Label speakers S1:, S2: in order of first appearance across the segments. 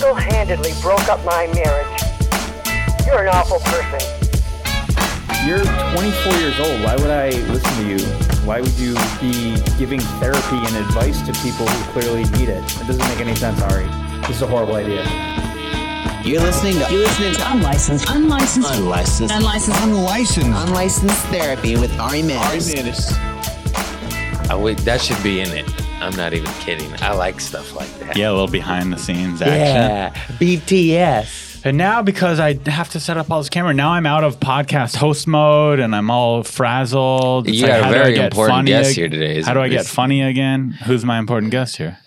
S1: allegedly broke up my marriage. You're an awful person.
S2: You're 24 years old. Why would I listen to you? Why would you be giving therapy and advice to people who clearly need it? It doesn't make any sense, Ari. This is a horrible idea.
S3: You're listening to You're listening to
S4: Unlicensed. Unlicensed.
S3: Unlicensed
S4: Unlicensed.
S5: Unlicensed.
S3: Unlicensed Therapy with Ari Manis.
S6: I would, that should be in it. I'm not even kidding. I like stuff like that.
S7: Yeah, a little behind the scenes action.
S6: Yeah. BTS.
S7: And now because I have to set up all this camera, now I'm out of podcast host mode and I'm all frazzled.
S6: You got a
S7: how do I
S6: very
S7: get
S6: important
S7: funny
S6: guest
S7: ag-
S6: here today,
S7: How do I get
S6: isn't it?
S7: funny again? Who's my important guest here?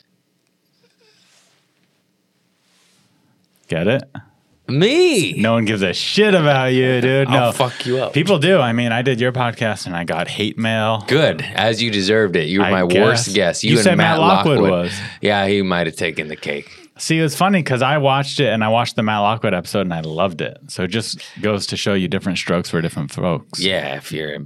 S7: Get it?
S6: Me.
S7: No one gives a shit about you, dude. No,
S6: I'll fuck you up.
S7: People do. I mean, I did your podcast and I got hate mail.
S6: Good, as you deserved it. You were
S7: I
S6: my
S7: guess.
S6: worst guest. You,
S7: You
S6: and
S7: said
S6: Matt,
S7: Matt Lockwood
S6: Lockwood.
S7: was.
S6: Yeah, he might have taken the cake.
S7: See, it's funny because I watched it and I watched the Matt Lockwood episode and I loved it. So it just goes to show you different strokes for different folks.
S6: Yeah, if you're.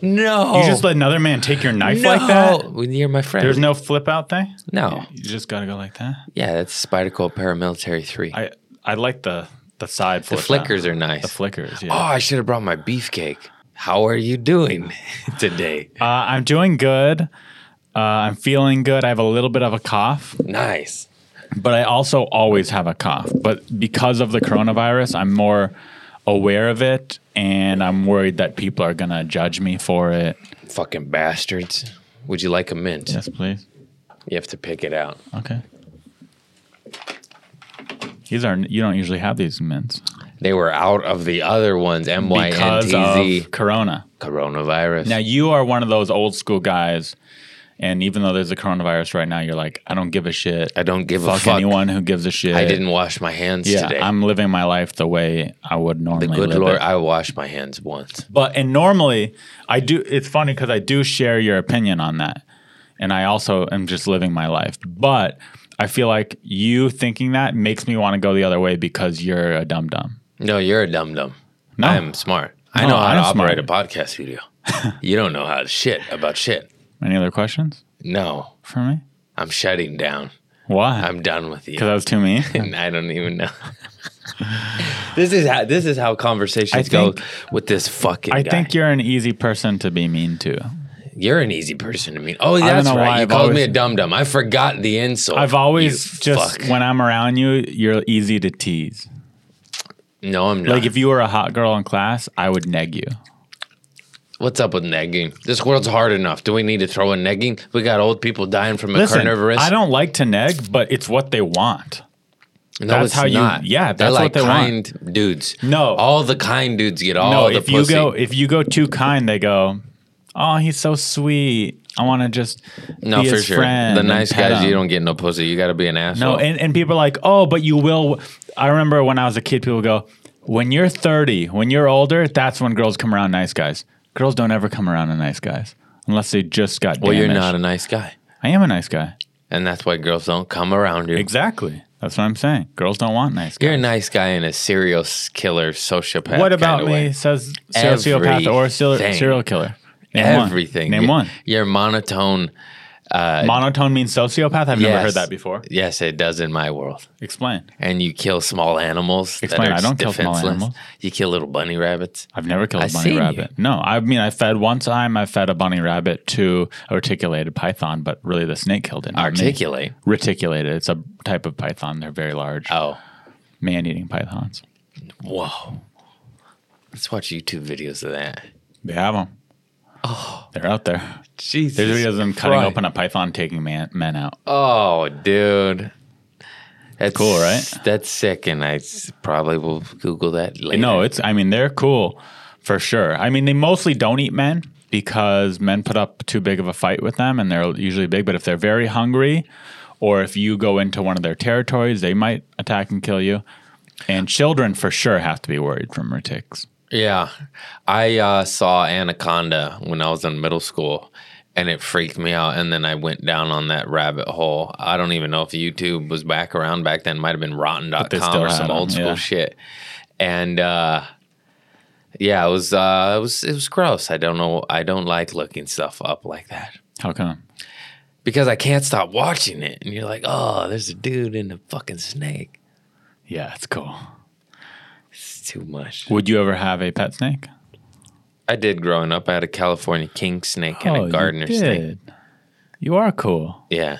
S6: No.
S7: You just let another man take your knife
S6: Oh. no.
S7: like that?
S6: When you're my friend.
S7: There's no flip out thing?
S6: No.
S7: You just gotta go like that?
S6: Yeah, that's Spider Cole Paramilitary 3.
S7: I I like the the side
S6: the
S7: flip. out.
S6: flickers are nice.
S7: The flickers, yeah.
S6: Oh, I should have brought my beefcake. How are you doing today?
S7: Uh, I'm doing good. Uh, I'm feeling good. I have a little bit of a cough,
S6: Nice.
S7: but I also always have a cough. But because of the coronavirus, I'm more aware of it and I'm worried that people are gonna judge me for it.
S6: Fucking bastards. Would you like a mint?
S7: Yes, please.
S6: You have to pick it out.
S7: Okay. These are you don't usually have these mints
S6: They were out of the other ones. M Y N
S7: because
S6: T Z.
S7: of Corona.
S6: Coronavirus.
S7: Now you are one of those old school guys, and even though there's a coronavirus right now, you're like, I don't give a shit.
S6: I don't give
S7: fuck
S6: a fuck.
S7: anyone who gives a shit.
S6: I didn't wash my hands
S7: Yeah,
S6: today.
S7: I'm living my life the way I would normally.
S6: the good
S7: live
S6: Lord.
S7: it.
S6: I wash my hands once.
S7: but and normally I do. It's funny because I do share your opinion on that, and I also am just living my life. But I feel like you thinking that makes me want to go the other way because you're a dumb dumb.
S6: No, you're a dum dum.
S7: No.
S6: I'm smart. I
S7: No,
S6: know how to
S7: I'm
S6: operate
S7: smart.
S6: a podcast studio. you don't know how to shit about shit.
S7: Any other questions
S6: No,
S7: for me?
S6: I'm shutting down.
S7: Why?
S6: I'm done with you.
S7: because I was too mean.
S6: and I don't even know. this is how this is how
S7: I
S6: conversations
S7: think-
S6: go with this fucking.
S7: I
S6: guy.
S7: think you're an easy person to be mean to.
S6: you're an easy person to meet. Oh,
S7: don't
S6: that's
S7: know why
S6: right. You
S7: I've
S6: called me
S7: always-
S6: a dum dum. I forgot the insult.
S7: I've
S6: You
S7: always just
S6: fuck.
S7: when I'm around you, you're easy to tease.
S6: no, I'm not.
S7: Like if you were a hot girl in class, I would neg you.
S6: What's up with negging? This world's hard enough. Do we need to throw in negging? We got old people dying from a
S7: Listen,
S6: carnivorous.
S7: I don't like to neg, but it's what they want.
S6: No,
S7: that's
S6: it's
S7: how you-
S6: not.
S7: yeah,
S6: They're
S7: that's what
S6: like
S7: they want.
S6: kind dudes.
S7: No.
S6: all the kind dudes get all
S7: no,
S6: Oh, the
S7: if
S6: pussy.
S7: you go if you go too kind, they go, "Oh, he's so sweet. I want to just
S6: no,
S7: be
S6: for
S7: his
S6: sure.
S7: friend."
S6: The
S7: and
S6: nice
S7: pet
S6: guys, you
S7: him."
S6: don't get no pussy. You got to be an asshole.
S7: No, and, and people are like, oh, but you will. I remember when I was a kid, people go, when you're 30, when you're older, that's when girls come around nice guys. Girls don't ever come around to nice guys unless they just got
S6: well, you're
S7: damaged.
S6: not a nice guy,
S7: I am a nice guy.
S6: and that's why girls don't come around you.
S7: Exactly. That's what I'm saying. Girls don't want nice guys.
S6: You're a nice guy and a serial s- killer sociopath.
S7: what about
S6: kinda
S7: me,
S6: way.
S7: says sociopath or serial,
S6: Everything.
S7: serial killer? Name one.
S6: Everything.
S7: Name
S6: You're-
S7: one.
S6: You're monotone.
S7: Monotone means sociopath? I've never
S6: Yes.
S7: heard that before.
S6: Yes, it does in my world.
S7: Explain.
S6: And you kill small animals. that
S7: Explain,
S6: are
S7: I don't kill small
S6: defenseless.
S7: animals.
S6: You kill little bunny rabbits.
S7: I've never killed
S6: I
S7: a bunny
S6: seen you.
S7: rabbit. No, I mean I fed one time. I fed a bunny rabbit to a reticulated python, but really the snake killed it. not me.
S6: Articulate.
S7: Reticulated. It's a type of python. They're very large,
S6: Oh,
S7: man-eating pythons.
S6: whoa. Let's watch YouTube videos of that.
S7: They have them. Oh, they're out there.
S6: Jesus.
S7: There's videos of them cutting
S6: Christ.
S7: open a python, taking man, men out.
S6: Oh, dude. That's
S7: Cool, right?
S6: That's sick, and I s- probably will Google that later.
S7: No, it's. I mean, they're cool for sure. I mean, they mostly don't eat men because men put up too big of a fight with them, and they're usually big. But if they're very hungry, or if you go into one of their territories, they might attack and kill you. And children for sure have to be worried from retics.
S6: Yeah. I uh, saw Anaconda when I was in middle school and it freaked me out. And then I went down on that rabbit hole. I don't even know if YouTube was back around back then. Might have been
S7: they
S6: rotten.com
S7: still
S6: or
S7: had
S6: some old
S7: them,
S6: school
S7: yeah.
S6: shit. And uh, yeah, it was uh, it was it was gross. I don't know I don't like looking stuff up like that.
S7: How come?
S6: Because I can't stop watching it. And you're like, oh, there's a dude in a fucking snake.
S7: Yeah, it's cool.
S6: It's too much.
S7: Would you ever have a pet snake?
S6: I did growing up. I had a California king snake and a
S7: Oh, you
S6: gardener snake.
S7: did. You are cool.
S6: Yeah.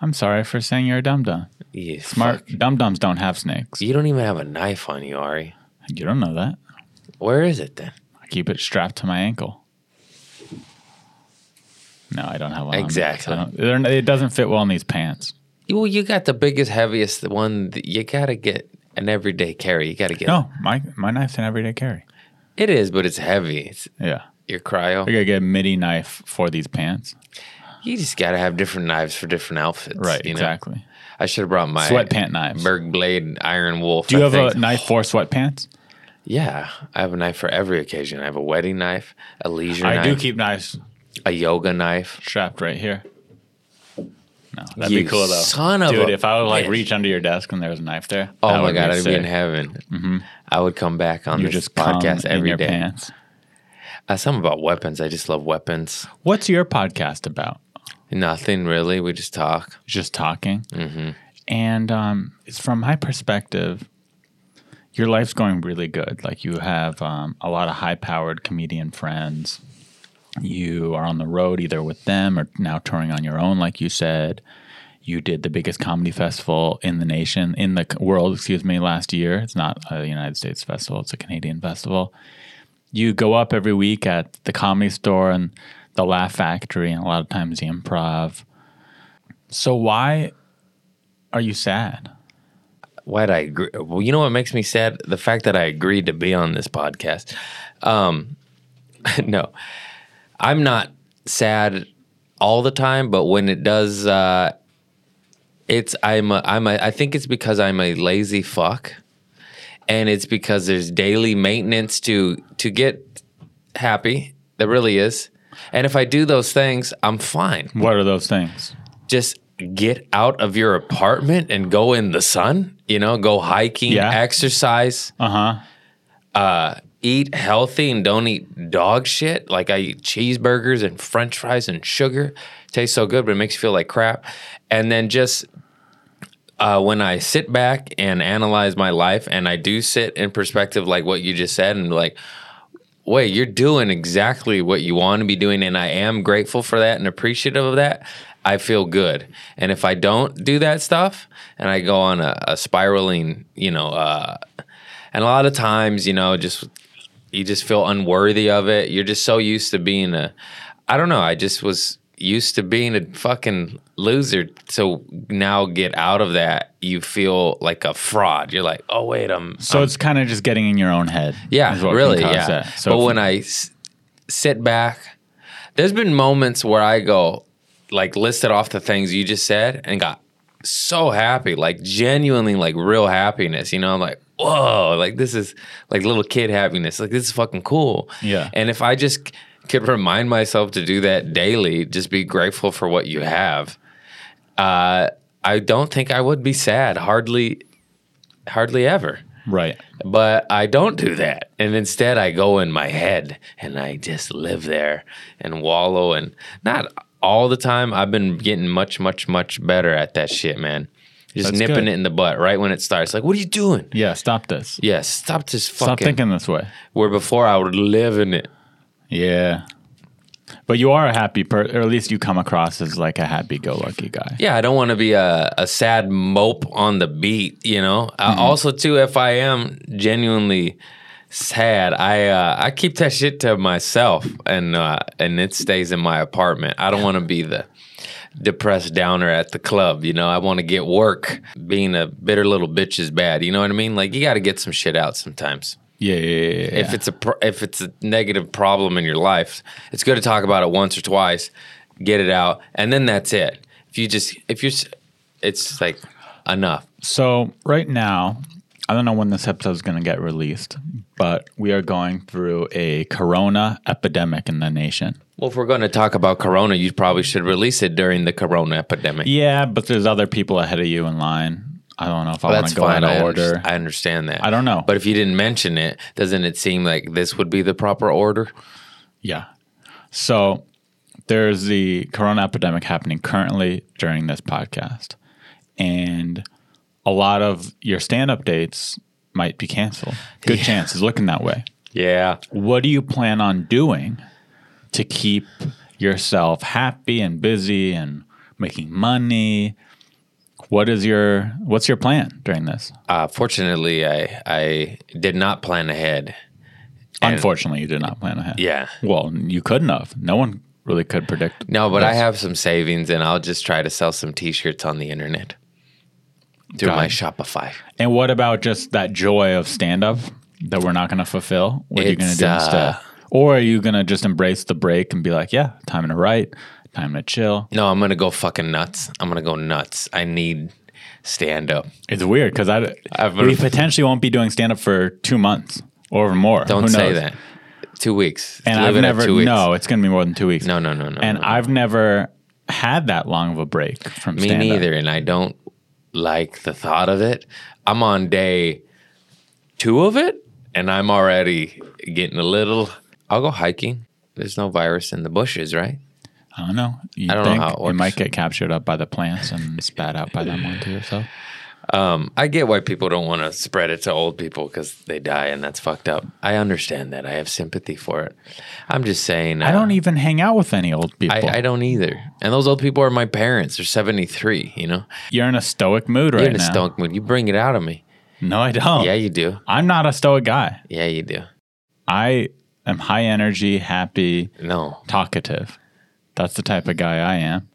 S7: I'm sorry for saying you're a dum dum.
S6: yeah.
S7: Smart
S6: fuck.
S7: dum dums don't have snakes.
S6: You don't even have a knife on you, Ari.
S7: You don't know that.
S6: Where is it then?
S7: I keep it strapped to my ankle. No, I don't have one. on me,
S6: Exactly.
S7: so I don't- they're n- it doesn't fit well in these pants.
S6: You- Well, you got the biggest, heaviest one. that You got to get an everyday carry. You got to get
S7: No, my my knife's an everyday carry.
S6: it is, but it's heavy. It's
S7: Yeah,
S6: your cryo.
S7: I gotta get a midi knife for these pants.
S6: You just got to have different knives for different outfits.
S7: Right,
S6: you know?
S7: exactly.
S6: I should have brought my
S7: Sweatpant knives.
S6: Berg Blade Iron Wolf.
S7: Do you
S6: That
S7: have a
S6: thing's-
S7: knife for sweatpants?
S6: Yeah, I have a knife for every occasion. I have a wedding knife, a leisure
S7: I
S6: knife,
S7: do keep knives
S6: a yoga knife.
S7: strapped right here. No, that'd
S6: You
S7: be cool though.
S6: son of
S7: Dude,
S6: a
S7: if I would like
S6: bitch.
S7: reach under your desk and there was a knife there.
S6: Oh
S7: that
S6: my
S7: would
S6: god,
S7: be
S6: I'd be in
S7: sick. Mm-hmm.
S6: heaven. I would come back on
S7: You
S6: this
S7: just
S6: podcast
S7: come in
S6: every
S7: your
S6: day.
S7: pants.
S6: Uh, something about weapons. I just love weapons.
S7: What's your podcast about?
S6: Nothing really. We just talk.
S7: Just talking. And um, it's from my perspective, your life's going really good. Like you have um, a lot of high powered comedian friends. You are on the road either with them or now touring on your own, like you said. You did the biggest comedy festival in the nation, in the c- world, excuse me, last year. It's not a United States festival, it's a Canadian festival. you go up every week at the comedy store and the laugh factory and a lot of times the improv so why are you sad
S6: Why'd I agree? Well, you know what makes me sad? The fact that I agreed to be on this podcast. Um, no, I'm not sad all the time, but when it does, uh, it's I'm a, I'm a, I think it's because I'm a lazy fuck, and it's because there's daily maintenance to to get happy. There really is, and if I do those things, I'm fine
S7: what are those things
S6: just get out of your apartment and go in the sun, you know, go hiking,
S7: Yeah.
S6: exercise,
S7: uh-huh
S6: eat healthy and don't eat dog shit. Like I eat cheeseburgers and french fries and sugar. Tastes so good, but it makes you feel like crap. And then just uh, when I sit back and analyze my life and I do sit in perspective, like what you just said, and like, wait, you're doing exactly what you want to be doing. And I am grateful for that and appreciative of that. I feel good. And if I don't do that stuff and I go on a, a spiraling, you know, uh, and a lot of times, you know, just you just feel unworthy of it. You're just so used to being a, I don't know, I just was used to being a fucking loser. So now get out of that, you feel like a fraud. You're like, oh, wait, I'm,
S7: so it's kind of just getting in your own head
S6: yeah,
S7: is what can
S6: really.
S7: cause
S6: Yeah.
S7: that. so
S6: but
S7: if-
S6: when I s- sit back, there's been moments where I go, like, listed off the things you just said and got so happy, like, genuinely, like, real happiness. You know, I'm like, whoa, like, this is like little kid happiness. Like, this is fucking cool.
S7: Yeah.
S6: And if I just c- could remind myself to do that daily, just be grateful for what you have, uh, I don't think I would be sad, hardly, hardly ever
S7: right
S6: but I don't do that. And instead, I go in my head and I just live there and wallow. And not all the time. I've been getting much, much, much better at that shit, man. Just
S7: That's
S6: nipping
S7: good.
S6: it in the butt right when it starts. Like, what are you doing?
S7: yeah stop this
S6: Yeah, stop this
S7: stop
S6: fucking.
S7: thinking this way
S6: Where before I would live in it.
S7: yeah but you are a happy person or at least you come across as like a happy-go-lucky guy
S6: Yeah, I don't want to be a, a sad mope on the beat, you know. I also, too, if I am genuinely sad, I uh, I keep that shit to myself, and uh, and it stays in my apartment. I don't want to be the depressed downer at the club, you know. I want to get work. Being a bitter little bitch is bad, you know what I mean? Like you got to get some shit out sometimes.
S7: yeah yeah yeah, yeah.
S6: If it's a pro- if it's a negative problem in your life, it's good to talk about it once or twice, get it out, and then that's it. If you just if you're, s- it's like enough.
S7: So right now, I don't know when this episode is going to get released, but we are going through a corona epidemic in the nation.
S6: Well, if we're going to talk about Corona, you probably should release it during the Corona epidemic.
S7: Yeah, but there's other people ahead of you in line. I don't know if Oh I want
S6: that's
S7: to go
S6: fine.
S7: out
S6: I,
S7: of
S6: under-
S7: order.
S6: I understand that.
S7: I don't know.
S6: But if you didn't mention it, doesn't it seem like this would be the proper order?
S7: yeah. So there's the corona epidemic happening currently during this podcast, and a lot of your stand up dates might be canceled. Good chance is looking that way.
S6: Yeah.
S7: What do you plan on doing to keep yourself happy and busy and making money? What is your what's your plan during this?
S6: Uh, fortunately, I I did not plan ahead. And-
S7: Unfortunately, you did not plan ahead.
S6: Yeah.
S7: Well, you couldn't have. No one really could predict.
S6: No, but I
S7: this.
S6: have some savings, and I'll just try to sell some T-shirts on the internet through
S7: Got
S6: my
S7: it.
S6: Shopify.
S7: And what about just that joy of stand up that we're not going to fulfill? What are you going to
S6: It's,
S7: do
S6: uh,
S7: instead? Or are you going to just embrace the break and be like, yeah, time to write, time to chill?
S6: No, I'm gonna go fucking nuts. I'm gonna go nuts. I need stand up.
S7: It's weird because I
S6: I've-
S7: we potentially won't be doing stand up for two months or more.
S6: Don't
S7: Who
S6: say
S7: knows?
S6: that. Two weeks.
S7: And
S6: Leave
S7: I've
S6: it at
S7: never
S6: two weeks.
S7: no, it's going to be more than two weeks.
S6: No, no, no, no.
S7: and
S6: no, no.
S7: I've never had that long of a break from
S6: me
S7: stand-up.
S6: neither, and I don't like the thought of it. I'm on day two of it, and I'm already getting a little. I'll go hiking. There's no virus in the bushes, right?
S7: I don't know. You
S6: I don't know
S7: think
S6: how it works.
S7: might get captured up by the plants and spat out by them onto yourself.
S6: I get why people don't want to spread it to old people because they die and that's fucked up. I understand that. I have sympathy for it. I'm just saying.
S7: I
S6: uh,
S7: don't even hang out with any old people.
S6: I, I don't either. And those old people are my parents. They're 73, you know?
S7: You're in a stoic mood right
S6: You're in a
S7: now. Oh.
S6: stonk mood. You bring it out of me.
S7: No, I don't.
S6: Yeah, you do.
S7: I'm not a stoic guy.
S6: Yeah, you do.
S7: I am high energy, happy,
S6: No.
S7: talkative. That's the type of guy I am.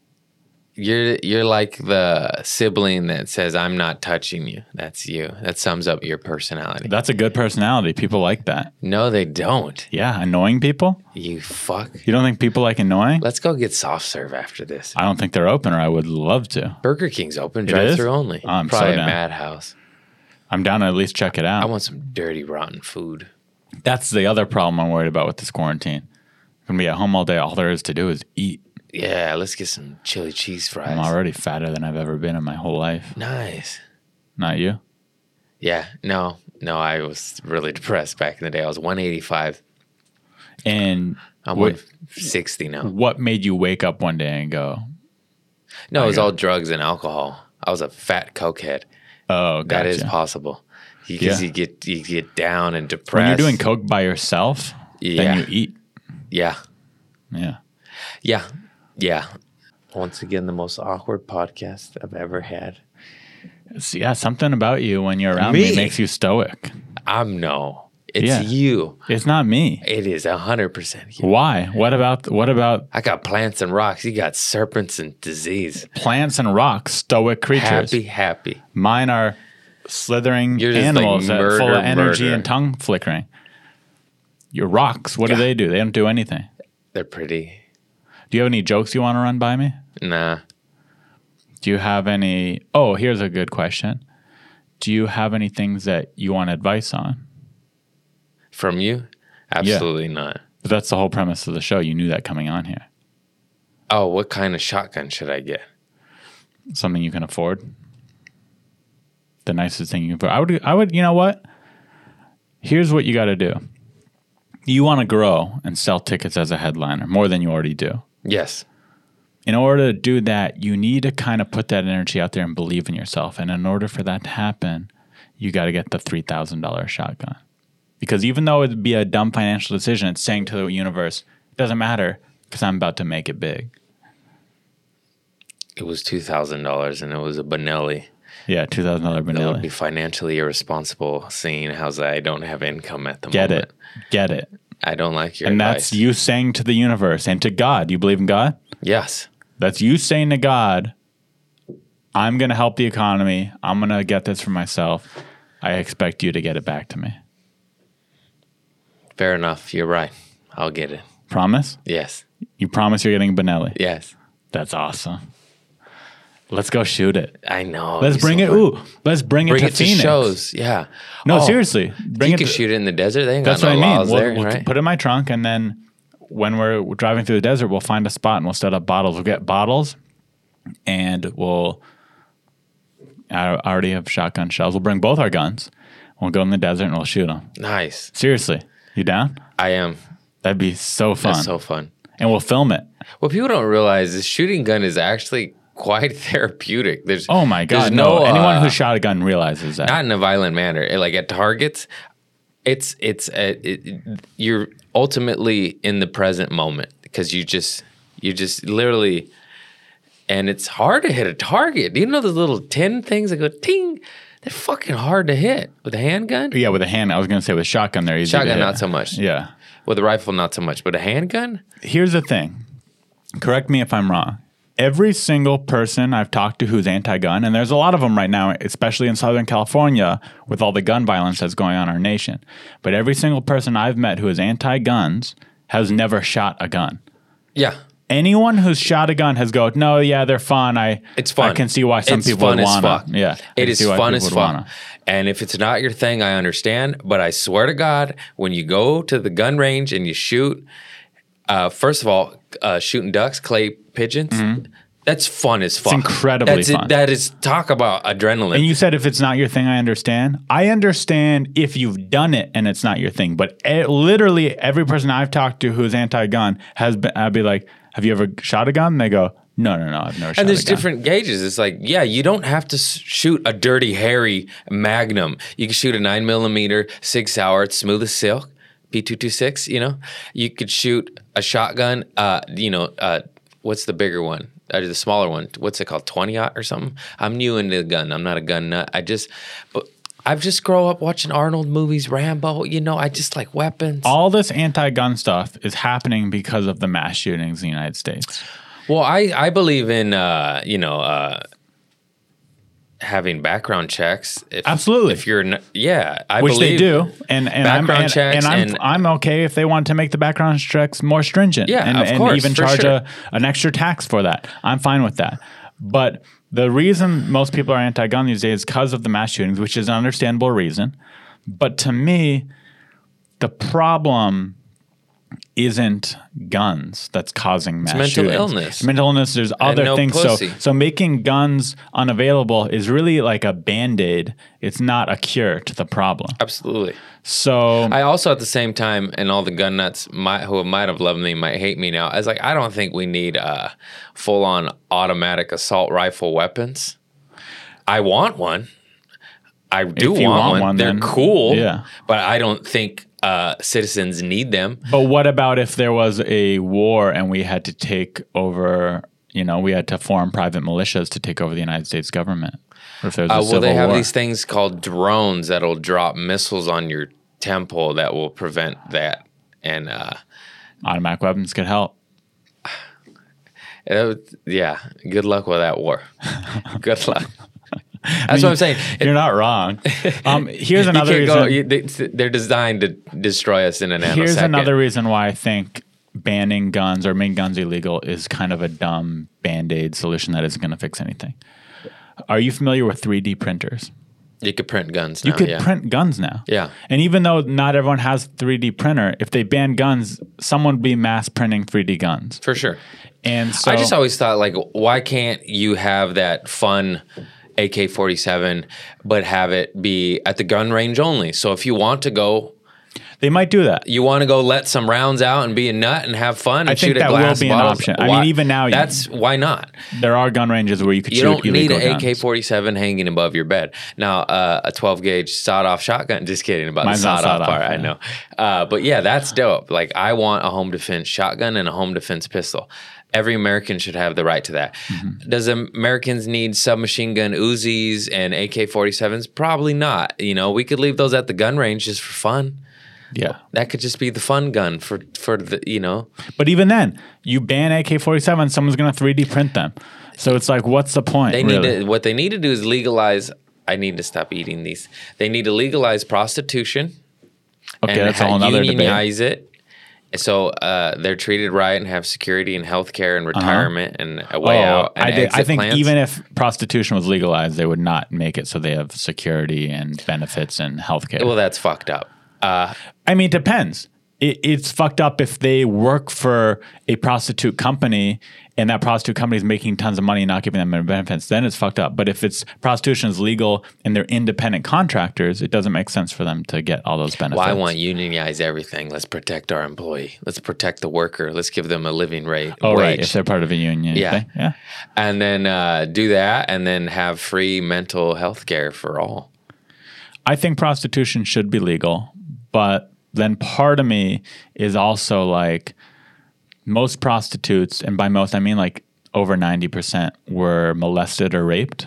S6: You're you're like the sibling that says, I'm not touching you. That's you. That sums up your personality.
S7: That's a good personality. People like that.
S6: No, they don't.
S7: Yeah, annoying people.
S6: You fuck.
S7: You don't think people like annoying?
S6: Let's go get soft serve after this.
S7: I don't think they're open, or I would love to.
S6: Burger King's open,
S7: It
S6: drive through
S7: is?
S6: only.
S7: I'm so
S6: Probably a
S7: down.
S6: madhouse.
S7: I'm down to at least check it out.
S6: I want some dirty, rotten food.
S7: That's the other problem I'm worried about with this quarantine. I'm gonna be at home all day. All there is to do is eat.
S6: Yeah, let's get some chili cheese fries.
S7: I'm already fatter than I've ever been in my whole life.
S6: Nice.
S7: Not you.
S6: Yeah, no, no, I was really depressed back in the day. I was 185.
S7: And
S6: I'm
S7: what,
S6: 160 now.
S7: what made you wake up one day and go,
S6: No, it was
S7: got
S6: all drugs and alcohol. I was a fat cokehead.
S7: "Oh, gotcha.
S6: That is possible. Because
S7: Yeah.
S6: you get you get down and depressed.
S7: when you're doing coke by yourself,
S6: Yeah.
S7: then you eat.
S6: yeah,
S7: Yeah,
S6: yeah, yeah. Once again, the most awkward podcast I've ever had.
S7: It's- yeah. Something about you when you're around
S6: Me?
S7: me makes you stoic.
S6: I'm no. It's
S7: Yeah.
S6: you.
S7: It's not me.
S6: It is 100% you.
S7: Why? What about what about
S6: I got plants and rocks. You got serpents and disease.
S7: plants and rocks? Stoic creatures.
S6: Happy, happy.
S7: Mine are slithering
S6: You're just
S7: animals
S6: like
S7: that
S6: murder,
S7: full of energy
S6: murder.
S7: and tongue flickering. Your rocks, what
S6: Yeah.
S7: do they do? They don't do anything.
S6: They're pretty.
S7: Do you have any jokes you want to run by me?
S6: Nah.
S7: Do you have any? Oh, here's a good question. Do you have any things that you want advice on?
S6: From you? Absolutely not.
S7: But that's the whole premise of the show. You knew that coming on here.
S6: Oh, what kind of shotgun should I get?
S7: Something you can afford. The nicest thing you can afford. I would. I would. You know what? Here's what you got to do. You want to grow and sell tickets as a headliner more than you already do.
S6: Yes.
S7: in order to do that, you need to kind of put that energy out there and believe in yourself. And in order for that to happen, you got to get the $3,000 shotgun. Because even though it'd be a dumb financial decision, it's saying to the universe, it doesn't matter because I'm about to make it big.
S6: It was $2,000 and it was a Benelli.
S7: Yeah, $2,000
S6: That would
S7: vanilla.
S6: be financially irresponsible seeing how I don't have income at the
S7: Get
S6: moment.
S7: it. Get it.
S6: I don't like your
S7: And
S6: advice.
S7: that's you saying to the universe and to God. You believe in God?
S6: Yes.
S7: That's you saying to God, I'm going to help the economy. I'm going to get this for myself. I expect you to get it back to me.
S6: Fair enough. You're right. I'll get it.
S7: Promise?
S6: Yes.
S7: You promise you're getting Benelli.
S6: Yes.
S7: That's awesome. Let's go shoot it.
S6: I know.
S7: Let's
S6: You're
S7: bring
S6: so
S7: it.
S6: funny.
S7: Ooh, let's bring,
S6: Bring
S7: it
S6: it
S7: to
S6: to
S7: Phoenix.
S6: shows. Yeah.
S7: No,
S6: Oh,
S7: seriously, bring
S6: you
S7: it.
S6: can
S7: to-
S6: shoot it in the desert. They ain't
S7: that's
S6: got
S7: what
S6: no
S7: I mean.
S6: laws
S7: We'll,
S6: there,
S7: we'll
S6: right?
S7: put it in my trunk, and then when we're driving through the desert, we'll find a spot and we'll set up bottles. We'll get bottles, and we'll. I already have shotgun shells. We'll bring both our guns. We'll go in the desert and we'll shoot them.
S6: nice.
S7: Seriously, you down?
S6: I am.
S7: That'd be so fun.
S6: That's so fun.
S7: and we'll film it.
S6: What people don't realize is shooting gun is actually quite therapeutic. There's
S7: Oh my
S6: there's
S7: god! No, anyone
S6: uh,
S7: who shot a gun realizes that.
S6: not in a violent manner. It- Like at targets, it's it's a, it, it- you're ultimately in the present moment because you just you just literally, and it's hard to hit a target. You know those little tin things that go ting. They're fucking hard to hit with a handgun.
S7: yeah, with a hand. I was gonna say with shotgun, they're easy. to
S6: Shotgun,
S7: hit.
S6: not so much.
S7: Yeah.
S6: With a rifle, not so much. But a handgun,
S7: Here's the thing. Correct me if I'm wrong. Every single person I've talked to who's anti-gun, and there's a lot of them right now, especially in Southern California, with all the gun violence that's going on in our nation. But every single person I've met who is anti-guns has never shot a gun.
S6: yeah,
S7: Anyone who's shot a gun has go, no, yeah, they're fun. I
S6: it's fun.
S7: I can see why some
S6: It's
S7: people
S6: fun
S7: would
S6: as
S7: wanna.
S6: fuck.
S7: Yeah, I
S6: it
S7: can
S6: is
S7: see why
S6: fun
S7: people
S6: as
S7: would
S6: fuck.
S7: wanna.
S6: And if it's not your thing, I understand. But I swear to God, when you go to the gun range and you shoot, uh, first of all, uh, shooting ducks, clay pigeons, that's fun as fuck.
S7: Mm-hmm. incredibly
S6: That's it-
S7: fun.
S6: that is talk about adrenaline.
S7: And you said if it's not your thing, I understand. I understand if you've done it and it's not your thing. But e- literally every person I've talked to who's anti-gun has been. I'd be like, "Have you ever shot a gun?" And they go, "No, no, no, I've never shot
S6: and there's
S7: a gun."
S6: different gauges. It's like, yeah, you don't have to s- shoot a dirty, hairy Magnum. You can shoot a nine millimeter, six hour, it's smooth as silk, P two two six. You know, you could shoot a shotgun. Uh, you know, uh, what's the bigger one? Uh, the smaller one? What's it called? Twenty or something? I'm new into the gun. I'm not a gun nut. I just, but I've just grown up watching Arnold movies, Rambo. You know, I just like weapons.
S7: All this anti-gun stuff is happening because of the mass shootings in the United States.
S6: Well, I, I believe in uh, you know uh, having background checks. If,
S7: Absolutely.
S6: If you're n yeah, I
S7: Which
S6: believe,
S7: they do, and and I'm
S6: Background
S7: and,
S6: checks
S7: and I'm,
S6: and-
S7: I'm okay if they want to make the background checks more stringent,
S6: Yeah,
S7: and,
S6: of
S7: and
S6: course,
S7: even
S6: for
S7: charge
S6: sure.
S7: a, an extra tax for that. I'm fine with that. But the reason most people are anti-gun these days is because of the mass shootings, which is an understandable reason. But to me, the problem isn't guns that's causing mass
S6: mental
S7: shootings.
S6: illness.
S7: Mental illness. There's other
S6: no
S7: things.
S6: pussy.
S7: So so making guns unavailable is really like a band-aid. It's not a cure to the problem.
S6: Absolutely.
S7: So
S6: I also at the same time, and all the gun nuts might, who might have loved me might hate me now. I was like, I don't think we need uh, full on automatic assault rifle weapons. I want one. I do want,
S7: If you want
S6: one.
S7: one,
S6: They're
S7: then-
S6: cool.
S7: yeah.
S6: But I don't think uh, citizens need them.
S7: but what about if there was a war and we had to take over, you know, we had to form private militias to take over the United States government? Or if there was a
S6: Uh, well,
S7: civil
S6: they have
S7: war?
S6: these things called drones that'll drop missiles on your temple that will prevent that. And uh,
S7: automatic weapons could help.
S6: it was- yeah, good luck with that war. good luck. That's what I'm saying.
S7: You're not wrong. Um, here's
S6: You
S7: another
S6: can't
S7: reason.
S6: go, you, they, they're designed to destroy us in a nanosecond.
S7: Here's another reason why I think banning guns or making guns illegal is kind of a dumb band aid solution that isn't going to fix anything. Are you familiar with 3D printers?
S6: You could print guns.
S7: You
S6: now,
S7: could
S6: Oh, yeah.
S7: print guns now.
S6: Yeah.
S7: And even though not everyone has 3D printer, if they ban guns, someone would be mass printing 3D guns.
S6: for sure.
S7: And so
S6: I just always thought like, why can't you have that fun AK forty seven, but have it be at the gun range only? So if you want to go
S7: they might do that.
S6: you want to go let some rounds out and be a nut and have fun and
S7: I think
S6: shoot at
S7: that will
S6: glass
S7: be an
S6: bottles?
S7: option. I mean,
S6: Why-
S7: even now you-
S6: that's why not.
S7: There are gun ranges where you could
S6: You
S7: shoot
S6: don't need
S7: illegal
S6: an AK
S7: guns.
S6: forty seven hanging above your bed. Now uh, a twelve gauge sawed off shotgun. Just kidding about
S7: Mine's
S6: the
S7: not
S6: sawed off
S7: sawed-off,
S6: part. I
S7: yeah.
S6: know, uh, but yeah, that's dope. Like I want a home defense shotgun and a home defense pistol. Every American should have the right to that.
S7: Mm-hmm.
S6: Does Americans need submachine gun Uzis and AK 47s? Probably not. You know, we could leave those at the gun range just for fun.
S7: Yeah.
S6: That could just be the fun gun for for the you know.
S7: But even then, you ban AK-47, someone's going to 3D print them. So it's like, what's the point?
S6: They
S7: really?
S6: need to, what they need to do is legalize. I need to stop eating these. They need to legalize prostitution
S7: okay,
S6: and
S7: that's a whole
S6: ha-
S7: nother debate.
S6: unionize it. So uh, they're treated right and have security and health care and retirement and a way out. And
S7: Uh-huh. Oh, I, thi- I
S6: exit
S7: think
S6: plans.
S7: even if prostitution was legalized, they would not make it so they have security and benefits and healthcare.
S6: well, that's fucked up.
S7: I mean, it depends. it, it's fucked up if they work for a prostitute company and that prostitute company is making tons of money and not giving them any benefits. Then it's fucked up. But if it's prostitution is legal and they're independent contractors, it doesn't make sense for them to get all those benefits.
S6: Well, I want unionize everything. Let's protect our employee. Let's protect the worker. Let's give them a living rate.
S7: Oh,
S6: wage.
S7: right. If they're part of a union.
S6: Yeah.
S7: thing. Yeah.
S6: and then uh, do that and then have free mental health care for all.
S7: I think prostitution should be legal, but then part of me is also like most prostitutes, and by most I mean like over 90% were molested or raped.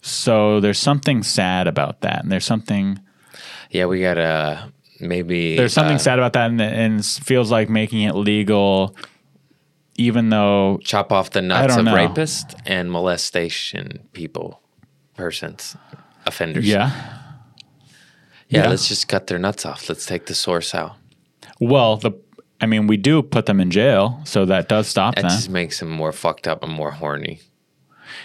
S7: So there's something sad about that, and there's something
S6: Yeah, we got to maybe.
S7: there's something
S6: uh,
S7: sad about that, and, and it feels like making it legal, even though
S6: chop off the nuts of
S7: don't know.
S6: rapists and molestation people, persons, offenders.
S7: yeah.
S6: Yeah,
S7: Yeah.
S6: let's just cut their nuts off. Let's take the source out.
S7: Well, the I mean we do put them in jail, so that does stop
S6: That
S7: them.
S6: just makes them more fucked up and more horny.